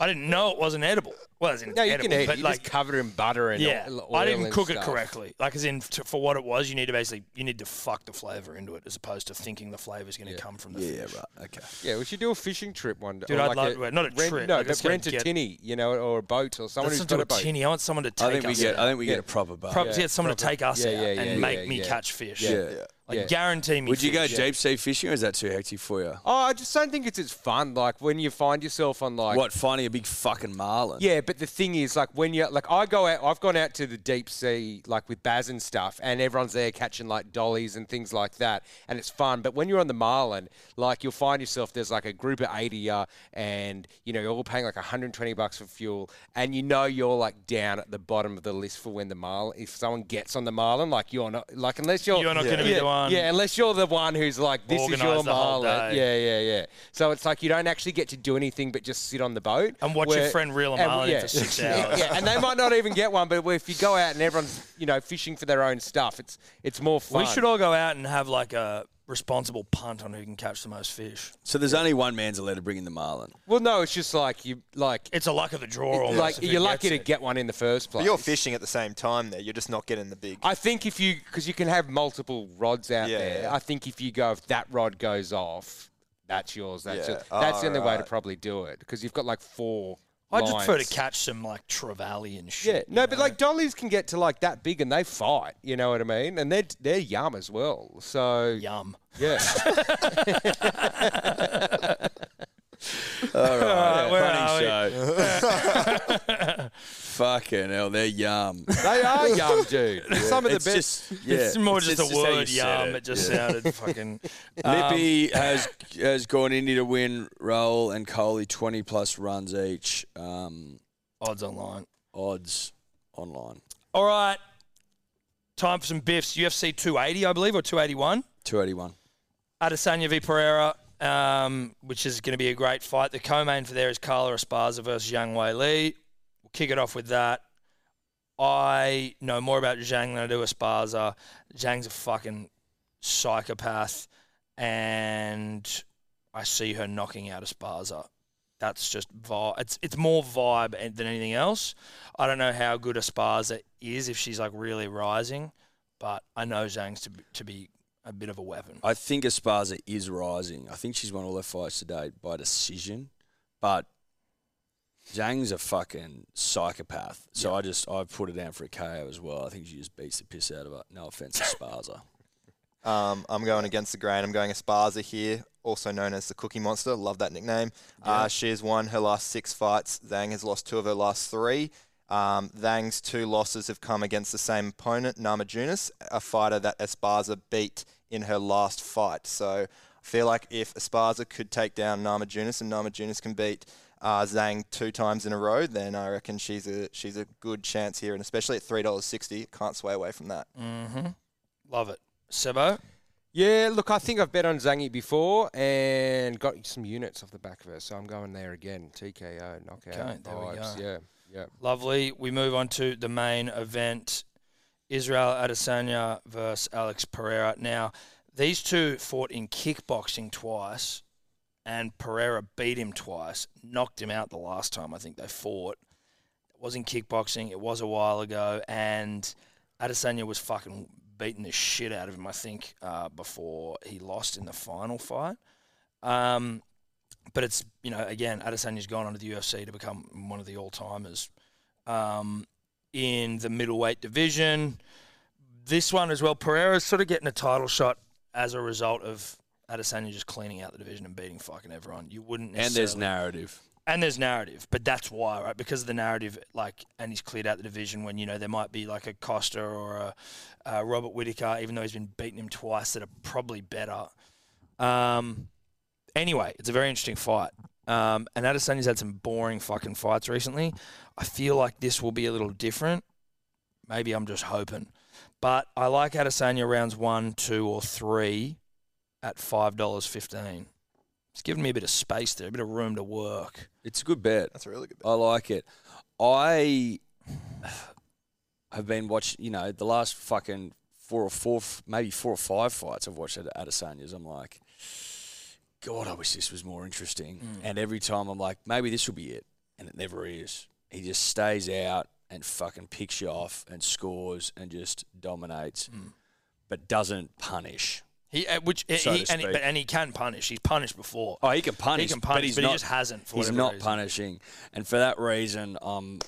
Speaker 1: I didn't know it wasn't edible. Well, it's
Speaker 4: No, you
Speaker 1: edible,
Speaker 4: can eat
Speaker 1: but
Speaker 4: it. You
Speaker 1: like
Speaker 4: just cover it in butter and
Speaker 1: yeah,
Speaker 4: oil
Speaker 1: I didn't
Speaker 4: and
Speaker 1: cook it
Speaker 4: stuff.
Speaker 1: correctly. Like as in, t- for what it was, you need to basically you need to fuck the flavor into it, as opposed to thinking the flavor is going to come from the
Speaker 2: Yeah, yeah,
Speaker 1: fish.
Speaker 2: right. Okay.
Speaker 4: Yeah, we should do a fishing trip one day.
Speaker 1: Dude,
Speaker 4: or
Speaker 1: I'd
Speaker 4: like
Speaker 1: love- well, not a
Speaker 4: rent,
Speaker 1: trip,
Speaker 4: No,
Speaker 1: like, let's
Speaker 4: but
Speaker 1: go
Speaker 4: rent a
Speaker 1: get-
Speaker 4: tinny, you know, or a boat or someone
Speaker 1: Let's
Speaker 4: who's
Speaker 1: not do
Speaker 4: got
Speaker 1: a
Speaker 4: a boat.
Speaker 1: tinny. I want someone to take
Speaker 2: I think we
Speaker 1: us.
Speaker 2: get.
Speaker 1: out.
Speaker 2: I think we
Speaker 4: Yeah.
Speaker 2: get a proper boat.
Speaker 1: Probably
Speaker 4: yeah,
Speaker 1: get someone to
Speaker 4: proper-
Speaker 1: take us
Speaker 4: yeah,
Speaker 1: out
Speaker 4: yeah,
Speaker 1: and
Speaker 4: yeah,
Speaker 1: make
Speaker 4: yeah,
Speaker 1: me
Speaker 4: yeah.
Speaker 1: catch fish.
Speaker 2: Yeah.
Speaker 1: Like
Speaker 4: Yeah.
Speaker 1: guarantee me.
Speaker 2: Would you go
Speaker 1: fish.
Speaker 2: deep sea fishing, or is that too hectic for you?
Speaker 4: Oh, I just don't think it's as fun. Like when you find yourself on like
Speaker 2: What finding a big fucking marlin?
Speaker 4: Yeah, but the thing is, like when you like, I go out. I've gone out to the deep sea, like with Baz and stuff, and everyone's there catching like dollies and things like that, and it's fun. But when you're on the Marlin, like you'll find yourself there's like a group of eighty, uh, and you know you're all paying like 120 bucks for fuel, and you know you're like down at the bottom of the list for when the Marlin. If someone gets on the Marlin, like you're not, like unless you're
Speaker 1: You're not going to be
Speaker 4: yeah,
Speaker 1: the one.
Speaker 4: yeah, unless you're the one who's like, this is your
Speaker 1: Organised the whole
Speaker 4: Marlin.
Speaker 1: day.
Speaker 4: Yeah, yeah, yeah. So it's like you don't actually get to do anything but just sit on the boat
Speaker 1: And watch your friend reel a
Speaker 4: and-
Speaker 1: marlin for six hours.
Speaker 4: yeah, and they might not even get one, but if you go out and everyone's you know fishing for their own stuff, it's it's more fun.
Speaker 1: We should all go out and have like a responsible punt on who can catch the most fish.
Speaker 2: So there's only one man's allowed to bring in the marlin.
Speaker 4: Well, no, it's just like you like
Speaker 1: It's a luck of the draw. Almost,
Speaker 4: like
Speaker 1: if who
Speaker 4: you're lucky to
Speaker 1: gets it.
Speaker 4: get one in the first place.
Speaker 3: But you're fishing at the same time there. You're just not getting the big.
Speaker 4: I think if you because you can have multiple rods out
Speaker 3: Yeah,
Speaker 4: there.
Speaker 3: yeah.
Speaker 4: I think if you go if that rod goes off, that's yours. That's
Speaker 3: Yeah,
Speaker 4: yours. that's the only way to
Speaker 3: alright.
Speaker 4: probably do it because you've got like four.
Speaker 1: I just prefer to
Speaker 4: lines.
Speaker 1: catch some like trevally and shit.
Speaker 4: Yeah,
Speaker 1: you
Speaker 4: no, but
Speaker 1: know?
Speaker 4: like dollies can get to like that big and they fight. You know what I mean? And they're they're yum as well. So
Speaker 1: yum.
Speaker 4: yeah.
Speaker 2: All right,
Speaker 1: where
Speaker 2: funny
Speaker 1: are
Speaker 2: show. Fucking hell, they're yum.
Speaker 4: They are yum, dude. Some of the
Speaker 2: It's
Speaker 4: best.
Speaker 2: just, yeah,
Speaker 1: it's more just the
Speaker 2: how you
Speaker 1: word
Speaker 2: said
Speaker 1: yum. It, just um, sounded fucking.
Speaker 2: Lippy has has gone Indy to win. Roll and Coley twenty plus runs each. Um,
Speaker 1: Odds online.
Speaker 2: odds online
Speaker 1: All right. Time for some biffs. UFC 280, I believe, or 281.
Speaker 2: two eighty one.
Speaker 1: Adesanya v Pereira, um, which is going to be a great fight. The co-main for there is Carla Esparza versus Zhang Wei Li. We'll kick it off with that. I know more about Zhang than I do Esparza. Zhang's a fucking psychopath, and I see her knocking out Esparza. That's just vibe. It's it's more vibe and- than anything else. I don't know how good Esparza is if she's like really rising, but I know Zhang's to be, to be a bit of a weapon.
Speaker 2: I think Esparza is rising. I think she's won all her fights today by decision, but Zhang's a fucking psychopath. So I just I put her down for a KO as well. I think she just beats the piss out of her. No offense to Sparza.
Speaker 3: Um, I'm going against the grain. I'm going Esparza here, also known as the Cookie Monster. Love that nickname. Uh, she has won her last six fights. Zhang has lost two of her last three. Um, Zhang's two losses have come against the same opponent, Namajunas, a fighter that Esparza beat in her last fight. So I feel like if Esparza could take down Namajunas and Namajunas can beat uh, Zhang two times in a row, then I reckon she's a she's a good chance here, and especially at three dollars sixty, can't sway away from that.
Speaker 1: Love it. Sebo?
Speaker 4: Yeah, look, I think I've bet on Zangi before and got some units off the back of her, so I'm going there again. TKO knockout
Speaker 1: Okay, there we
Speaker 4: vibes.
Speaker 1: go.
Speaker 4: Yeah, yeah.
Speaker 1: Lovely. We move on to the main event Israel Adesanya versus Alex Pereira. Now, these two fought in kickboxing twice, and Pereira beat him twice, knocked him out the last time I think they fought. It was in kickboxing, it was a while ago, and Adesanya was fucking beating the shit out of him, I think, uh, before he lost in the final fight. Um, but it's you know again Adesanya's gone onto the UFC to become one of the all timers um, in the middleweight division. This one as well, Pereira's sort of getting a title shot as a result of Adesanya just cleaning out the division and beating fucking everyone. You wouldn't necessarily
Speaker 2: And there's narrative.
Speaker 1: and there's narrative, but that's why, right? Because of the narrative, like, and he's cleared out the division when you know there might be like a Costa or a, a Robert Whitaker, even though he's been beating him twice, that are probably better. Um, anyway, it's a very interesting fight. Um, and Adesanya's had some boring fucking fights recently. I feel like this will be a little different. Maybe I'm just hoping, but I like Adesanya rounds one, two, or three at five dollars fifteen. It's giving me a bit of space there, a bit of room to work.
Speaker 2: It's a good bet.
Speaker 3: That's a really good. bet.
Speaker 2: I like it. I have been watching, you know, the last fucking four or four, maybe four or five fights I've watched at Adesanya's. I'm like, God, I wish this was more interesting. And every time I'm like, maybe this will be it. And it never is. He just stays out and fucking picks you off and scores and just dominates, but doesn't punish.
Speaker 1: He, uh, which
Speaker 2: So
Speaker 1: he,
Speaker 2: to
Speaker 1: and, he,
Speaker 2: speak.
Speaker 1: but, and he can punish. He's punished before.
Speaker 2: Oh, he can punish.
Speaker 1: he can punish, but,
Speaker 2: he's
Speaker 1: he
Speaker 2: not,
Speaker 1: just hasn't. For
Speaker 2: he's
Speaker 1: whatever
Speaker 2: not
Speaker 1: reason.
Speaker 2: punishing, and for that reason, um,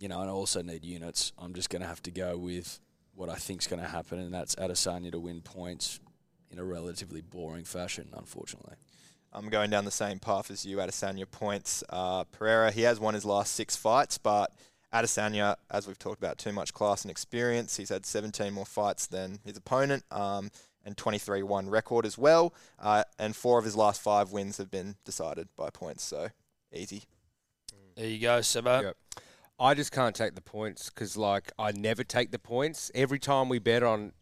Speaker 2: you know, and I also need units. I'm just going to have to go with what I think's going to happen, and that's Adesanya to win points in a relatively boring fashion, unfortunately.
Speaker 3: I'm going down the same path as you, Adesanya points. Uh, Pereira, he has won his last six fights, but Adesanya, as we've talked about, too much class and experience. He's had 17 more fights than his opponent um, and 23 1 record as well. Uh, and four of his last five wins have been decided by points, so easy.
Speaker 1: There you go, Sebo.
Speaker 4: Yep. I just can't take the points because, like, I never take the points. Every time we bet on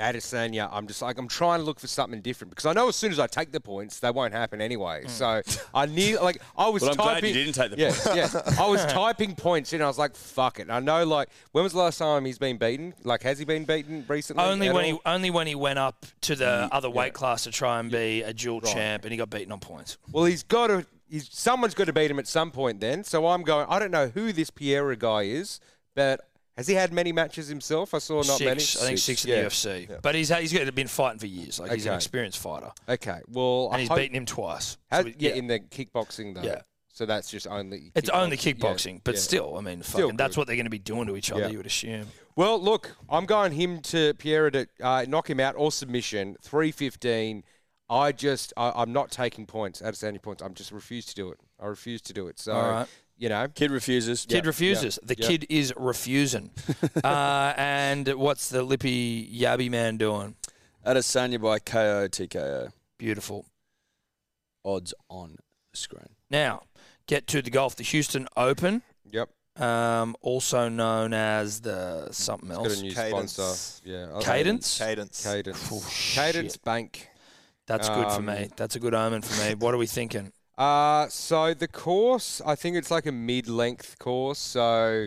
Speaker 4: Adesanya, I'm just like, I'm trying to look for something different because I know as soon as I take the points, they won't happen anyway. So I knew, like, I was
Speaker 2: Hmm. Well, I'm glad
Speaker 4: typing.
Speaker 2: you didn't take the
Speaker 4: yeah, yeah. I was typing points in. I was like, fuck it. I know, like, when was the last time he's been beaten? Like, has he been beaten recently?
Speaker 1: Only
Speaker 4: at
Speaker 1: when
Speaker 4: all?
Speaker 1: he only when he went up to the
Speaker 4: Mm,
Speaker 1: other weight class to try and be a dual champ, and he got beaten on points.
Speaker 4: Well, he's got to. He's, someone's got to beat him at some point. Then, so I'm going. I don't know who this Piera guy is, but has he had many matches himself? I saw not
Speaker 1: six,
Speaker 4: many.
Speaker 1: I think six, in the UFC. But he's he's been fighting for years. Like he's an
Speaker 4: Okay.
Speaker 1: experienced fighter,
Speaker 4: Okay. Well,
Speaker 1: and
Speaker 4: I
Speaker 1: he's
Speaker 4: hope-
Speaker 1: beaten him twice.
Speaker 4: how-
Speaker 1: So it-
Speaker 4: yeah, in the kickboxing though.
Speaker 1: Yeah.
Speaker 4: So that's just only.
Speaker 1: it's only
Speaker 4: kickboxing. Yeah,
Speaker 1: kickboxing, but
Speaker 4: yeah.
Speaker 1: still, I mean, fucking,
Speaker 4: Still
Speaker 1: that's
Speaker 4: good.
Speaker 1: what they're going to be doing to each other.
Speaker 4: Yeah.
Speaker 1: You would assume.
Speaker 4: Well, look, I'm going him to Piera to uh, knock him out or submission. Three fifteen. I just, I, I'm not taking points. Outstanding points. I'm just refuse to do it. I refuse to do it. So,
Speaker 1: All right.
Speaker 4: you know,
Speaker 2: Kid refuses.
Speaker 1: Kid refuses. The
Speaker 4: yeah.
Speaker 1: kid is refusing. uh, and what's the lippy yabby man doing?
Speaker 2: Adesanya by KO TKO.
Speaker 1: Beautiful.
Speaker 2: Odds on the screen.
Speaker 1: Now, get to the golf. The Houston Open,
Speaker 4: yep.
Speaker 1: um, also known as the something
Speaker 4: Got a
Speaker 1: else.
Speaker 4: new
Speaker 3: Cadence.
Speaker 4: sponsor. Yeah. I-
Speaker 1: Cadence.
Speaker 3: Cadence.
Speaker 4: Cadence.
Speaker 1: Oh,
Speaker 4: Cadence
Speaker 1: shit.
Speaker 4: Bank.
Speaker 1: That's good for
Speaker 4: Um,
Speaker 1: me. That's a good omen for me. What are we thinking?
Speaker 4: Uh, so the course, I think it's like a mid-length course. So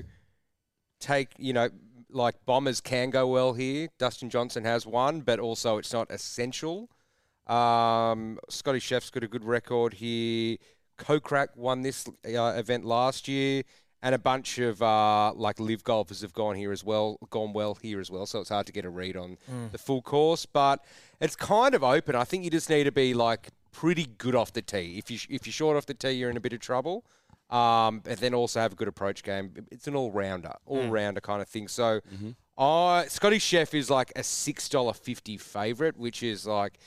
Speaker 4: take, you know, like bombers can go well here. Dustin Johnson has one, but also it's not essential. Um, Scotty Chef's got a good record here. Kokrak won this uh, event last year, and a bunch of uh, like live golfers have gone here as well, gone well here as well. So it's hard to get a read on the full course, but it's kind of open. I think you just need to be like pretty good off the tee. If you if you're short off the tee, you're in a bit of trouble. um, but then also have a good approach game. It's an all rounder, all rounder kind of thing. So, I Scotty Chef is like a six dollar fifty favorite, which is like.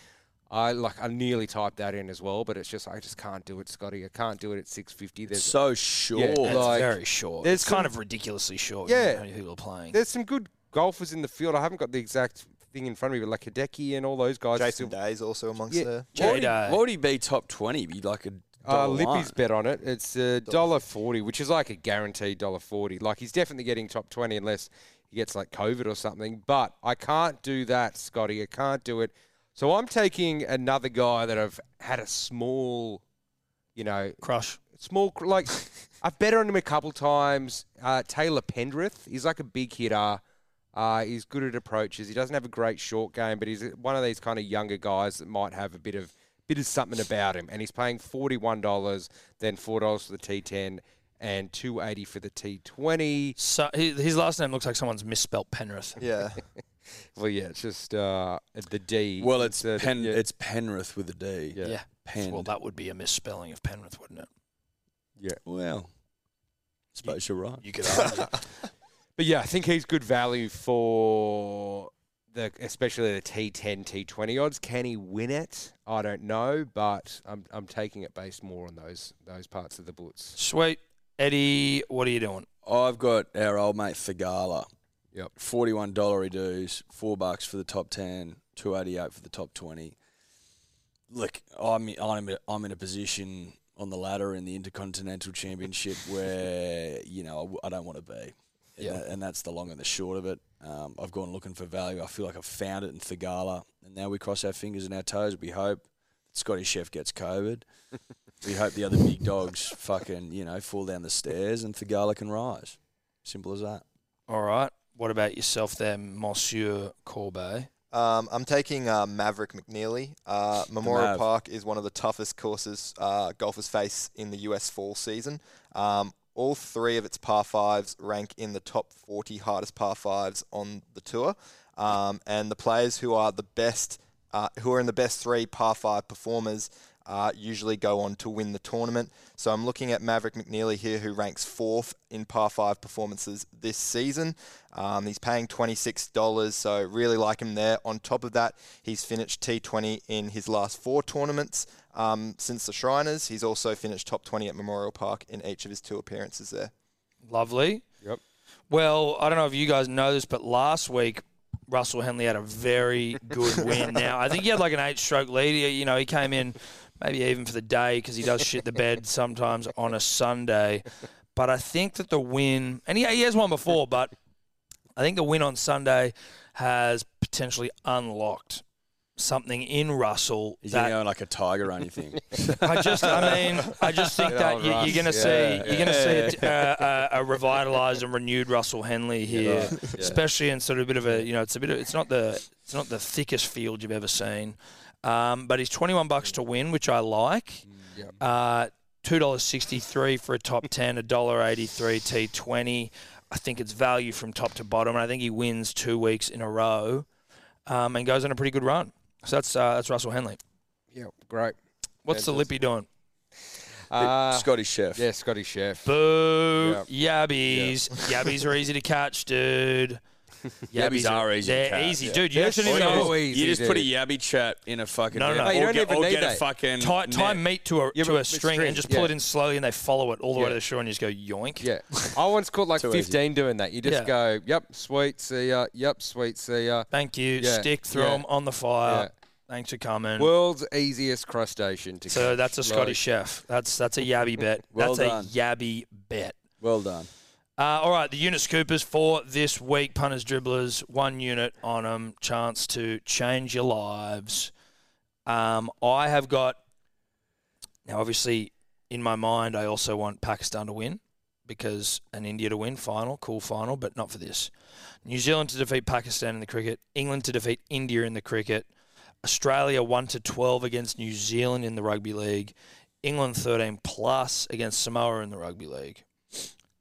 Speaker 4: I like I nearly typed that in as well, but it's just I just can't do it, Scotty. I can't do it at six fifty. There's
Speaker 2: So sure.
Speaker 1: It's
Speaker 4: Yeah. Like,
Speaker 1: very short.
Speaker 4: there's
Speaker 1: It's kind
Speaker 4: some-
Speaker 1: of ridiculously short.
Speaker 4: Yeah.
Speaker 1: You know, who are playing.
Speaker 4: there's some good golfers in the field. I haven't got the exact thing in front of me, but like Hideki and all those guys. are
Speaker 3: Jason
Speaker 4: still-
Speaker 3: Day's also amongst
Speaker 4: Yeah.
Speaker 3: the.
Speaker 2: What would, he,
Speaker 1: Jedi.
Speaker 2: what would he be top 20? Be like a
Speaker 4: Uh,
Speaker 2: dollar
Speaker 4: Lippy's
Speaker 2: line.
Speaker 4: bet on it. It's a dollar forty, which is like a guaranteed dollar forty. Like he's definitely getting top twenty unless he gets like COVID or something. But I can't do that, Scotty. I can't do it. So I'm taking another guy that I've had a small, you know,
Speaker 1: Crush.
Speaker 4: small cr- like I've bet on him a couple times. Uh, Taylor Pendrith, he's like a big hitter. Uh, he's good at approaches. He doesn't have a great short game, but he's one of these kind of younger guys that might have a bit of bit of something about him. And he's paying forty one dollars, then four dollars for the T ten, and two eighty for the T twenty.
Speaker 1: So his, his last name looks like someone's misspelt Penrith.
Speaker 3: Yeah.
Speaker 4: Well, yeah, it's just uh, the D.
Speaker 2: Well, it's
Speaker 4: uh,
Speaker 2: Pen.
Speaker 4: yeah,
Speaker 2: It's Penrith with a D.
Speaker 4: yeah,
Speaker 1: Yeah.
Speaker 2: Pen.
Speaker 1: Well, that would be a misspelling of Penrith, wouldn't it?
Speaker 2: Well, suppose you're right.
Speaker 1: You could argue.
Speaker 4: But yeah, I think he's good value for the especially the T10, T20 odds. Can he win it? I don't know, but I'm, I'm taking it based more on those those parts of the blitz.
Speaker 1: Sweet. Eddie, what are you doing?
Speaker 2: I've got our old mate Thagala.
Speaker 4: Yep.
Speaker 2: Forty-one dollar he does. Four bucks for the top ten. Two eighty-eight for the top twenty. Look, I'm I'm I'm in a position on the ladder in the Intercontinental Championship where you know I w- I, don't want to be. And
Speaker 1: Yeah.
Speaker 2: that- and that's the long and the short of it. Um, I've gone looking for value. I feel like I've found it in Thagala, and now we cross our fingers and our toes. We hope Scotty Chef gets COVID. we hope the other big dogs fucking you know fall down the stairs and Thagala can rise. Simple as that.
Speaker 1: All right. What about yourself there, Monsieur Corbet?
Speaker 3: Um, I'm taking uh, Maverick McNeely. Uh, Memorial
Speaker 2: Mav.
Speaker 3: Park is one of the toughest courses uh, golfers face in the US fall season. Um, all three of its par fives rank in the top 40 hardest par fives on the tour. Um, and the players who are the best, uh, who are in the best three par five performers, uh, usually go on to win the tournament. So I'm looking at Maverick McNeely here, who ranks fourth in par five performances this season. Um, he's paying $26, so really like him there. On top of that, he's finished T20 in his last four tournaments um, since the Shriners. He's also finished top 20 at Memorial Park in each of his two appearances there.
Speaker 1: Lovely.
Speaker 4: Yep.
Speaker 1: Well, I don't know if you guys know this, but last week Russell Henley had a very good win. Now I think he had like an eight-stroke lead. You know, he came in maybe even for the day because he does shit the bed sometimes on a Sunday. But I think that the win, and he, he has one before, but I think the win on Sunday has potentially unlocked something in Russell
Speaker 2: He's
Speaker 1: that
Speaker 2: gonna own like a tiger or anything.
Speaker 1: I just, I mean, I just think
Speaker 4: Good
Speaker 1: that
Speaker 4: old
Speaker 1: you,
Speaker 4: Oh, Russ,
Speaker 1: you're going to see,
Speaker 4: yeah.
Speaker 1: you're going to see a, t- uh, a, a revitalized and renewed Russell Henley here,
Speaker 4: right, yeah.
Speaker 1: especially in sort of a bit of a, you know, it's a bit of, it's not the, it's not the thickest field you've ever seen, um, but he's 21 bucks to win, which I like.
Speaker 4: Yep.
Speaker 1: Uh, Two dollars sixty-three for a top ten, a dollar eighty-three T twenty. I think it's value from top to bottom, and I think he wins two weeks in a row, um, and goes on a pretty good run. So that's uh, that's Russell Henley.
Speaker 4: Yeah, great.
Speaker 1: What's the lippy doing?
Speaker 4: Uh,
Speaker 2: Scotty Chef.
Speaker 4: yeah, Scotty Chef.
Speaker 1: Boo! Yabbies. Yabbies are easy to catch, dude.
Speaker 2: Yabbies are easy to
Speaker 1: They're
Speaker 2: catch.
Speaker 1: easy, dude. You
Speaker 4: They're
Speaker 1: actually didn't
Speaker 4: so
Speaker 1: know.
Speaker 4: easy.
Speaker 2: You just
Speaker 4: dude.
Speaker 2: put a yabby chat in a fucking
Speaker 1: No, no,
Speaker 2: net,
Speaker 1: no.
Speaker 2: or
Speaker 1: You
Speaker 4: don't
Speaker 2: get,
Speaker 4: even
Speaker 2: or
Speaker 4: need
Speaker 2: get a
Speaker 4: that.
Speaker 2: fucking
Speaker 1: Tie, tie
Speaker 2: net.
Speaker 1: meat to a
Speaker 4: Yeah,
Speaker 1: to
Speaker 4: but
Speaker 1: a
Speaker 4: it's
Speaker 1: string
Speaker 4: string,
Speaker 1: and just pull
Speaker 4: yeah.
Speaker 1: it in slowly, and they follow it all the way to
Speaker 4: Yeah.
Speaker 1: the shore, and you just go yoink.
Speaker 4: Yeah, I once caught like
Speaker 2: Too easy.
Speaker 4: fifteen doing that. You just
Speaker 1: Yeah.
Speaker 4: go, yep, sweet, see ya, yep, sweet, see ya.
Speaker 1: Thank you.
Speaker 4: Yeah,
Speaker 1: Stick, throw
Speaker 4: yeah,
Speaker 1: them on the fire.
Speaker 4: yeah.
Speaker 1: Thanks for coming.
Speaker 4: World's easiest crustacean to
Speaker 1: so
Speaker 4: catch.
Speaker 1: that's a Scottish
Speaker 4: Like,
Speaker 1: chef. That's that's a yabby bet.
Speaker 2: Well
Speaker 1: that's
Speaker 2: done.
Speaker 1: a yabby bet.
Speaker 2: Well done.
Speaker 1: Uh, all right, the unit scoopers for this week, punters, dribblers, one unit on them, chance to change your lives. Um, I have got now, obviously, in my mind, I also want Pakistan to win because and India to win final, cool final, but not for this. New Zealand to defeat Pakistan in the cricket, England to defeat India in the cricket, Australia one to twelve against New Zealand in the rugby league, England thirteen plus against Samoa in the rugby league.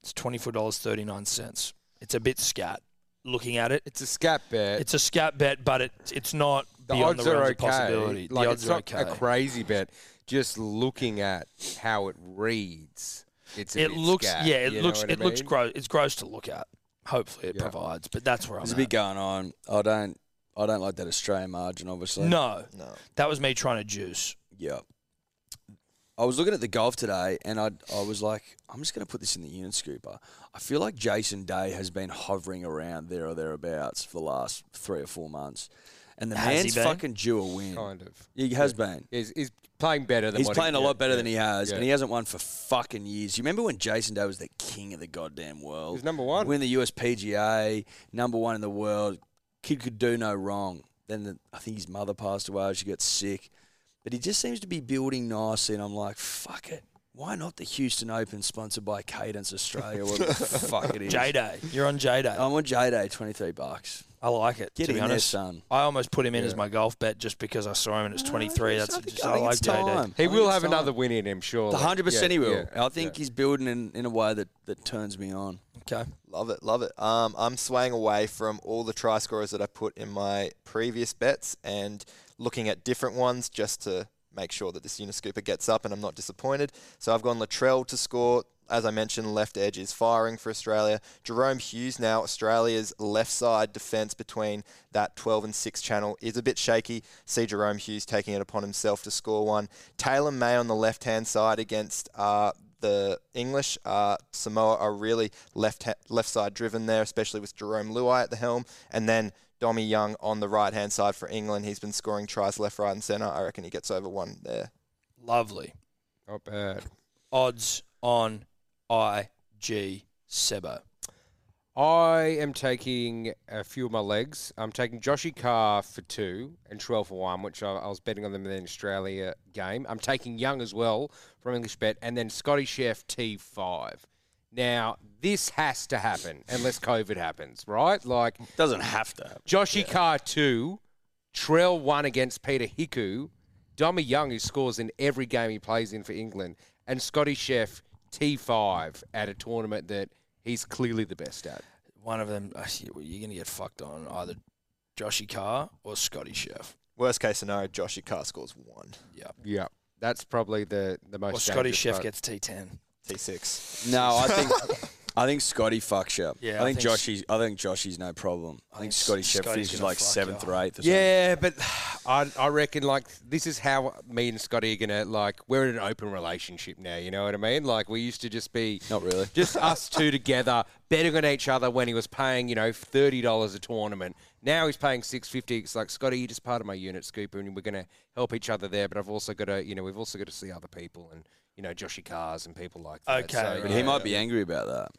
Speaker 1: It's twenty four dollars thirty nine cents. It's a bit scat. Looking at it,
Speaker 4: It's a scat bet.
Speaker 1: it's a scat bet, but it it's not beyond the realms of possibility.
Speaker 4: Like
Speaker 1: the odds
Speaker 4: it's
Speaker 1: are
Speaker 4: not
Speaker 1: okay.
Speaker 4: a crazy bet. Just looking at how it reads, it's a
Speaker 1: It
Speaker 4: bit
Speaker 1: looks
Speaker 4: scat,
Speaker 1: yeah, it
Speaker 4: you know
Speaker 1: looks
Speaker 4: what
Speaker 1: it
Speaker 4: I
Speaker 1: looks
Speaker 4: mean?
Speaker 1: gross. It's gross to look at. Hopefully, it
Speaker 4: Yeah.
Speaker 1: provides. But that's where I'm
Speaker 2: There's a
Speaker 1: at.
Speaker 2: bit going on. I don't. I don't like that Australian margin, obviously.
Speaker 1: no,
Speaker 3: No.
Speaker 1: that was me trying to juice.
Speaker 2: Yeah. I was looking at the golf today, and I I was like, I'm just going to put this in the unit scooper. I feel like Jason Day has been hovering around there or thereabouts for the last three or four months, and the
Speaker 1: Has he
Speaker 2: man's
Speaker 1: been?
Speaker 2: fucking due a win.
Speaker 4: Kind of.
Speaker 2: He has been.
Speaker 4: He's, he's playing better than
Speaker 2: He's
Speaker 4: what
Speaker 2: playing
Speaker 4: he,
Speaker 2: a
Speaker 4: yeah,
Speaker 2: lot better
Speaker 4: yeah.
Speaker 2: than he has,
Speaker 4: yeah.
Speaker 2: and he hasn't won for fucking years. You remember when Jason Day was the king of the goddamn
Speaker 4: He
Speaker 2: world?
Speaker 4: was number one.
Speaker 2: Win the USPGA, number one in the world. Kid could do no wrong. Then the, I think his mother passed away. She got sick, but he just seems to be building nicely. And I'm like, fuck it. Why not the Houston Open sponsored by Cadence Australia? What the fuck it is.
Speaker 1: J Day, you're on J Day.
Speaker 2: I'm on J Day, 23 bucks.
Speaker 1: I like it.
Speaker 2: Oh, Get
Speaker 1: to
Speaker 2: in
Speaker 1: be honest,
Speaker 2: there, son.
Speaker 1: I almost put him in
Speaker 4: Yeah.
Speaker 1: as my golf bet just because I saw him and it's 23.
Speaker 2: I
Speaker 1: That's
Speaker 2: think-
Speaker 1: just
Speaker 2: I
Speaker 1: I,
Speaker 2: think
Speaker 1: like
Speaker 2: it's
Speaker 1: JD.
Speaker 2: time.
Speaker 4: He
Speaker 2: I think
Speaker 4: will
Speaker 2: it's
Speaker 4: have
Speaker 2: time.
Speaker 4: another win in him, surely.
Speaker 2: The hundred percent he
Speaker 4: Yeah,
Speaker 2: will.
Speaker 4: yeah,
Speaker 2: I think
Speaker 4: yeah.
Speaker 2: he's building in, in a way that, that turns me on.
Speaker 1: Okay,
Speaker 3: Love it, love it. Um, I'm swaying away from all the try scorers that I put in my previous bets and looking at different ones just to make sure that this Uniscooper gets up and I'm not disappointed. So I've gone Latrell to score. As I mentioned, left edge is firing for Australia. Jerome Hughes now Australia's left side defence between that 12 and 6 channel is a bit shaky. See Jerome Hughes taking it upon himself to score one. Taylor May on the left hand side against uh, the English. Uh, Samoa are really left ha- left side driven there, especially with Jerome Luai at the helm, and then Domi Young on the right hand side for England. He's been scoring tries left, right, and centre. I reckon he gets over one there.
Speaker 1: lovely
Speaker 4: Not bad.
Speaker 1: odds on IG Sebo.
Speaker 4: I am taking a few of my legs. I'm taking Joshy Carr for two and Trell for one, which I, I was betting on them in the Australia game. I'm taking Young as well from English Bet, and then Scotty Chef T5. Now, this has to happen unless COVID happens, right? Like,
Speaker 2: Doesn't have to. happen.
Speaker 4: Joshy Carr two, Trell one against Peter Hiku, Domi Young who scores in every game he plays in for England, and Scotty Chef T five at a tournament that he's clearly the best at.
Speaker 1: One of them, well, you're going to get fucked on either Joshy Carr or Scotty Chef.
Speaker 3: Worst case scenario, Joshy Carr scores one.
Speaker 1: Yeah,
Speaker 4: Yeah, that's probably the the most.
Speaker 1: or Scotty
Speaker 4: dangerous
Speaker 1: Chef
Speaker 4: part.
Speaker 1: gets T10.
Speaker 3: T6.
Speaker 2: No, I think I think Scotty fucks up.
Speaker 1: Yeah,
Speaker 2: I think,
Speaker 1: I think s-
Speaker 2: Joshy's. I think Joshy's no problem. I think
Speaker 1: think
Speaker 2: Scotty
Speaker 1: s-
Speaker 2: Shep
Speaker 1: Scotty's
Speaker 2: finishes
Speaker 1: gonna
Speaker 2: like
Speaker 1: fuck
Speaker 2: seventh
Speaker 1: up.
Speaker 2: or eighth. Or
Speaker 4: Yeah, but I I reckon like this is how me and Scotty are gonna like we're in an open relationship now. You know what I mean? Like we used to just be
Speaker 2: something. not really.
Speaker 4: just us two together betting on each other when he was paying you know thirty dollars a tournament. Now he's paying six fifty. It's like Scotty, you're just part of my unit, Scooper, and we're going to help each other there. But I've also got to you know we've also got to see other people and you know Joshy Cars and people like that.
Speaker 1: Okay,
Speaker 4: So,
Speaker 2: But
Speaker 1: right.
Speaker 2: he might be angry about that.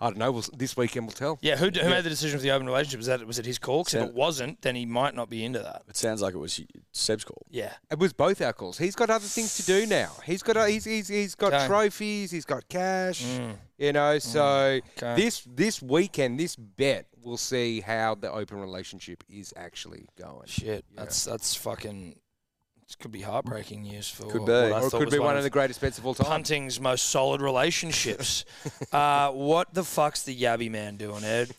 Speaker 4: I don't know. We'll, this weekend will tell.
Speaker 1: Yeah, who, d- who made the decision for the open relationship? Was that was it his call? 'Cause if
Speaker 2: Seb.
Speaker 1: it wasn't, then he might not be into that.
Speaker 2: It sounds like it was Seb's call.
Speaker 1: Yeah,
Speaker 4: It was both our calls. He's got other things to do now. He's got uh, he's he's, he's got
Speaker 1: Okay. Mm.
Speaker 4: trophies. He's got cash. You know, so
Speaker 1: okay.
Speaker 4: this this weekend, this bet, we'll see how the open relationship is actually going.
Speaker 1: shit. That's that's fucking. It could be heartbreaking news for.
Speaker 2: Could be.
Speaker 1: what I
Speaker 2: Or
Speaker 4: Or it
Speaker 1: thought
Speaker 4: could
Speaker 1: was
Speaker 4: be one of the greatest bets of all time.
Speaker 1: punting's most solid relationships. uh, what the fuck's the Yabby man doing, Ed?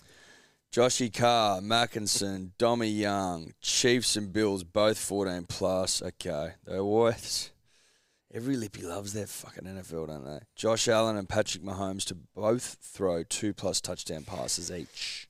Speaker 2: Joshy Carr, Mackinson, Domi Young, Chiefs and Bills, both 14 plus. Okay, they're worth. Every lippy loves their fucking NFL, don't they? Josh Allen and Patrick Mahomes to both throw two plus touchdown passes each.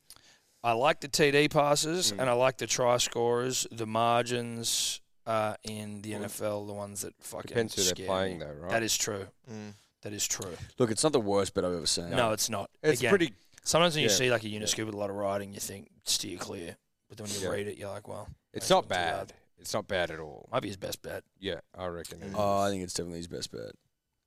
Speaker 1: I like the TD passes
Speaker 4: Hmm.
Speaker 1: and I like the try scorers. The margins uh, in the NFL, the ones that fucking
Speaker 4: Depends who
Speaker 1: scare
Speaker 4: they're playing,
Speaker 1: me.
Speaker 4: though, right? Hmm.
Speaker 1: That is true.
Speaker 3: Mm.
Speaker 1: That is true.
Speaker 2: Look, it's not the worst bet I've ever seen.
Speaker 1: No, it's not.
Speaker 4: it's
Speaker 1: Again,
Speaker 4: pretty.
Speaker 1: Sometimes when you
Speaker 4: yeah,
Speaker 1: see like a Uniscoop with a lot of riding, you think steer clear. But then when you
Speaker 4: Yeah.
Speaker 1: read it, you're like, well,
Speaker 4: It's
Speaker 1: that's
Speaker 4: not
Speaker 1: too
Speaker 4: bad. It's not bad at all.
Speaker 1: Might be his best bet.
Speaker 4: Yeah, I reckon.
Speaker 1: Mm.
Speaker 4: Uh, it is.
Speaker 2: Oh, I think it's definitely his best bet.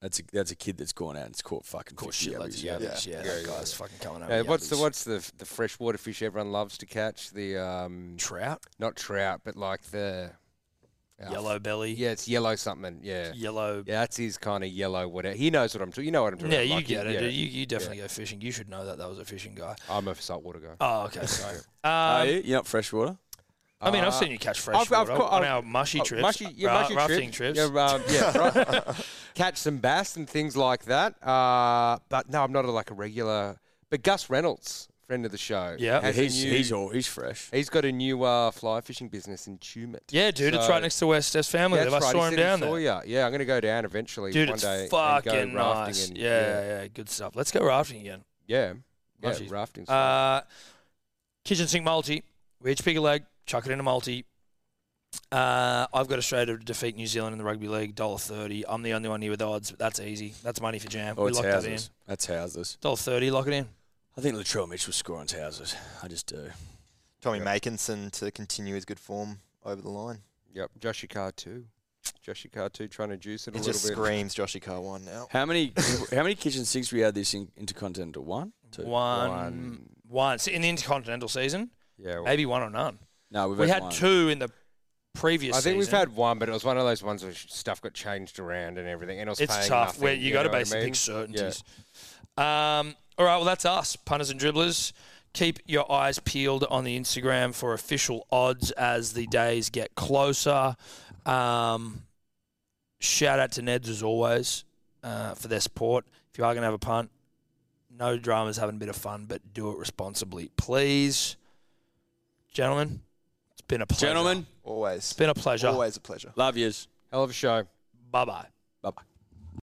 Speaker 2: That's a, that's a kid that's gone out and it's caught fucking
Speaker 1: Of course,
Speaker 2: 50
Speaker 1: shit, loads
Speaker 2: yabbies.
Speaker 1: of yabbies.
Speaker 3: Yeah.
Speaker 1: Yeah,
Speaker 4: Yeah,
Speaker 1: that
Speaker 4: yeah,
Speaker 1: guy's
Speaker 4: yeah.
Speaker 1: fucking coming up.
Speaker 4: Uh, what's the
Speaker 1: yabbies.
Speaker 4: what's the the freshwater fish everyone loves to catch? The um,
Speaker 1: Trout,
Speaker 4: not trout, but like the oh,
Speaker 1: yellow belly,
Speaker 4: Yeah, it's yellow something. Yeah.
Speaker 1: yellow.
Speaker 4: Yeah, that's his kind of yellow. Whatever he knows what I'm talking. You know what I'm talking.
Speaker 1: Yeah,
Speaker 4: about.
Speaker 1: you
Speaker 4: Like,
Speaker 1: get it.
Speaker 4: yeah.
Speaker 1: dude. You you definitely go fishing. You should know that that was a fishing guy.
Speaker 4: I'm a saltwater guy.
Speaker 1: Oh, okay, sorry. um,
Speaker 2: Are you? You're not freshwater?
Speaker 1: I mean,
Speaker 4: Uh,
Speaker 1: I've seen you catch fresh
Speaker 4: I've- I've
Speaker 1: water
Speaker 4: caught-
Speaker 1: on
Speaker 4: I've-
Speaker 1: our mushy
Speaker 4: Oh,
Speaker 1: trips,
Speaker 4: mushy- yeah,
Speaker 1: ra-
Speaker 4: mushy
Speaker 1: rafting
Speaker 4: trips.
Speaker 1: trips.
Speaker 4: Yeah, um, yeah, right. catch some bass and things like that. Uh, but no, I'm not a, like a regular. But Gus Reynolds friend of the show.
Speaker 1: Yeah.
Speaker 4: has a
Speaker 2: he's
Speaker 4: new-
Speaker 2: he's all he's fresh.
Speaker 4: he's got a new uh, fly fishing business in Tumut.
Speaker 1: Yeah, dude, it's
Speaker 4: So-
Speaker 1: right next to where Steph's family live. I
Speaker 4: That's right,
Speaker 1: saw
Speaker 4: he
Speaker 1: him
Speaker 4: said he
Speaker 1: down
Speaker 4: saw
Speaker 1: there.
Speaker 4: ya. Yeah, I'm going to go down eventually
Speaker 1: Dude,
Speaker 4: one
Speaker 1: it's
Speaker 4: day and
Speaker 1: fucking
Speaker 4: go rafting.
Speaker 1: nice.
Speaker 4: And,
Speaker 1: yeah, yeah, good stuff. Let's go rafting again.
Speaker 4: yeah, yeah,
Speaker 1: Munchies.
Speaker 4: rafting.
Speaker 1: Uh, kitchen sink multi. We each pick a leg, chuck it in a multi. Uh, I've got Australia to defeat New Zealand in the rugby league, dollar thirty. I'm the only one here with odds, but that's easy. That's money for jam.
Speaker 2: Oh,
Speaker 1: we
Speaker 2: it's
Speaker 1: lock that in.
Speaker 2: houses. That's houses.
Speaker 1: Dollar thirty, lock it in.
Speaker 2: I think Latrell Mitchell scoring's houses. I just uh, do.
Speaker 3: Tommy
Speaker 4: Yeah.
Speaker 3: Makinson to continue his good form over the line.
Speaker 4: yep, Joshie Carr too. Joshie Carr too, trying to juice it a
Speaker 3: It
Speaker 4: little
Speaker 3: just
Speaker 4: bit.
Speaker 3: screams Joshy Carr one now.
Speaker 2: How many how many kitchen sinks we had this in, intercontinental? One? Two.
Speaker 1: One, one,
Speaker 4: One.
Speaker 1: So in the intercontinental season,
Speaker 4: Yeah, well,
Speaker 1: maybe one or none.
Speaker 2: No, we've
Speaker 1: We had
Speaker 2: one.
Speaker 1: two in the previous.
Speaker 4: I think we've
Speaker 1: season.
Speaker 4: had one, but it was one of those ones where sh- stuff got changed around and everything, and it was
Speaker 1: It's
Speaker 4: paying
Speaker 1: tough.
Speaker 4: nothing,
Speaker 1: where you, got to
Speaker 4: know what I
Speaker 1: basically
Speaker 4: mean?
Speaker 1: pick certainties. Um, all right, well that's us, punters and dribblers. Keep your eyes peeled on the Instagram for official odds as the days get closer. Um, shout out to Neds as always uh, for their support. If you are going to have a punt, no dramas, having a bit of fun, but do it responsibly, please, gentlemen. It's been a pleasure.
Speaker 2: Gentlemen,
Speaker 3: Always.
Speaker 1: it's been a pleasure.
Speaker 3: Always a pleasure.
Speaker 2: love yous.
Speaker 4: Hell of a show.
Speaker 1: Bye bye.
Speaker 2: Bye bye.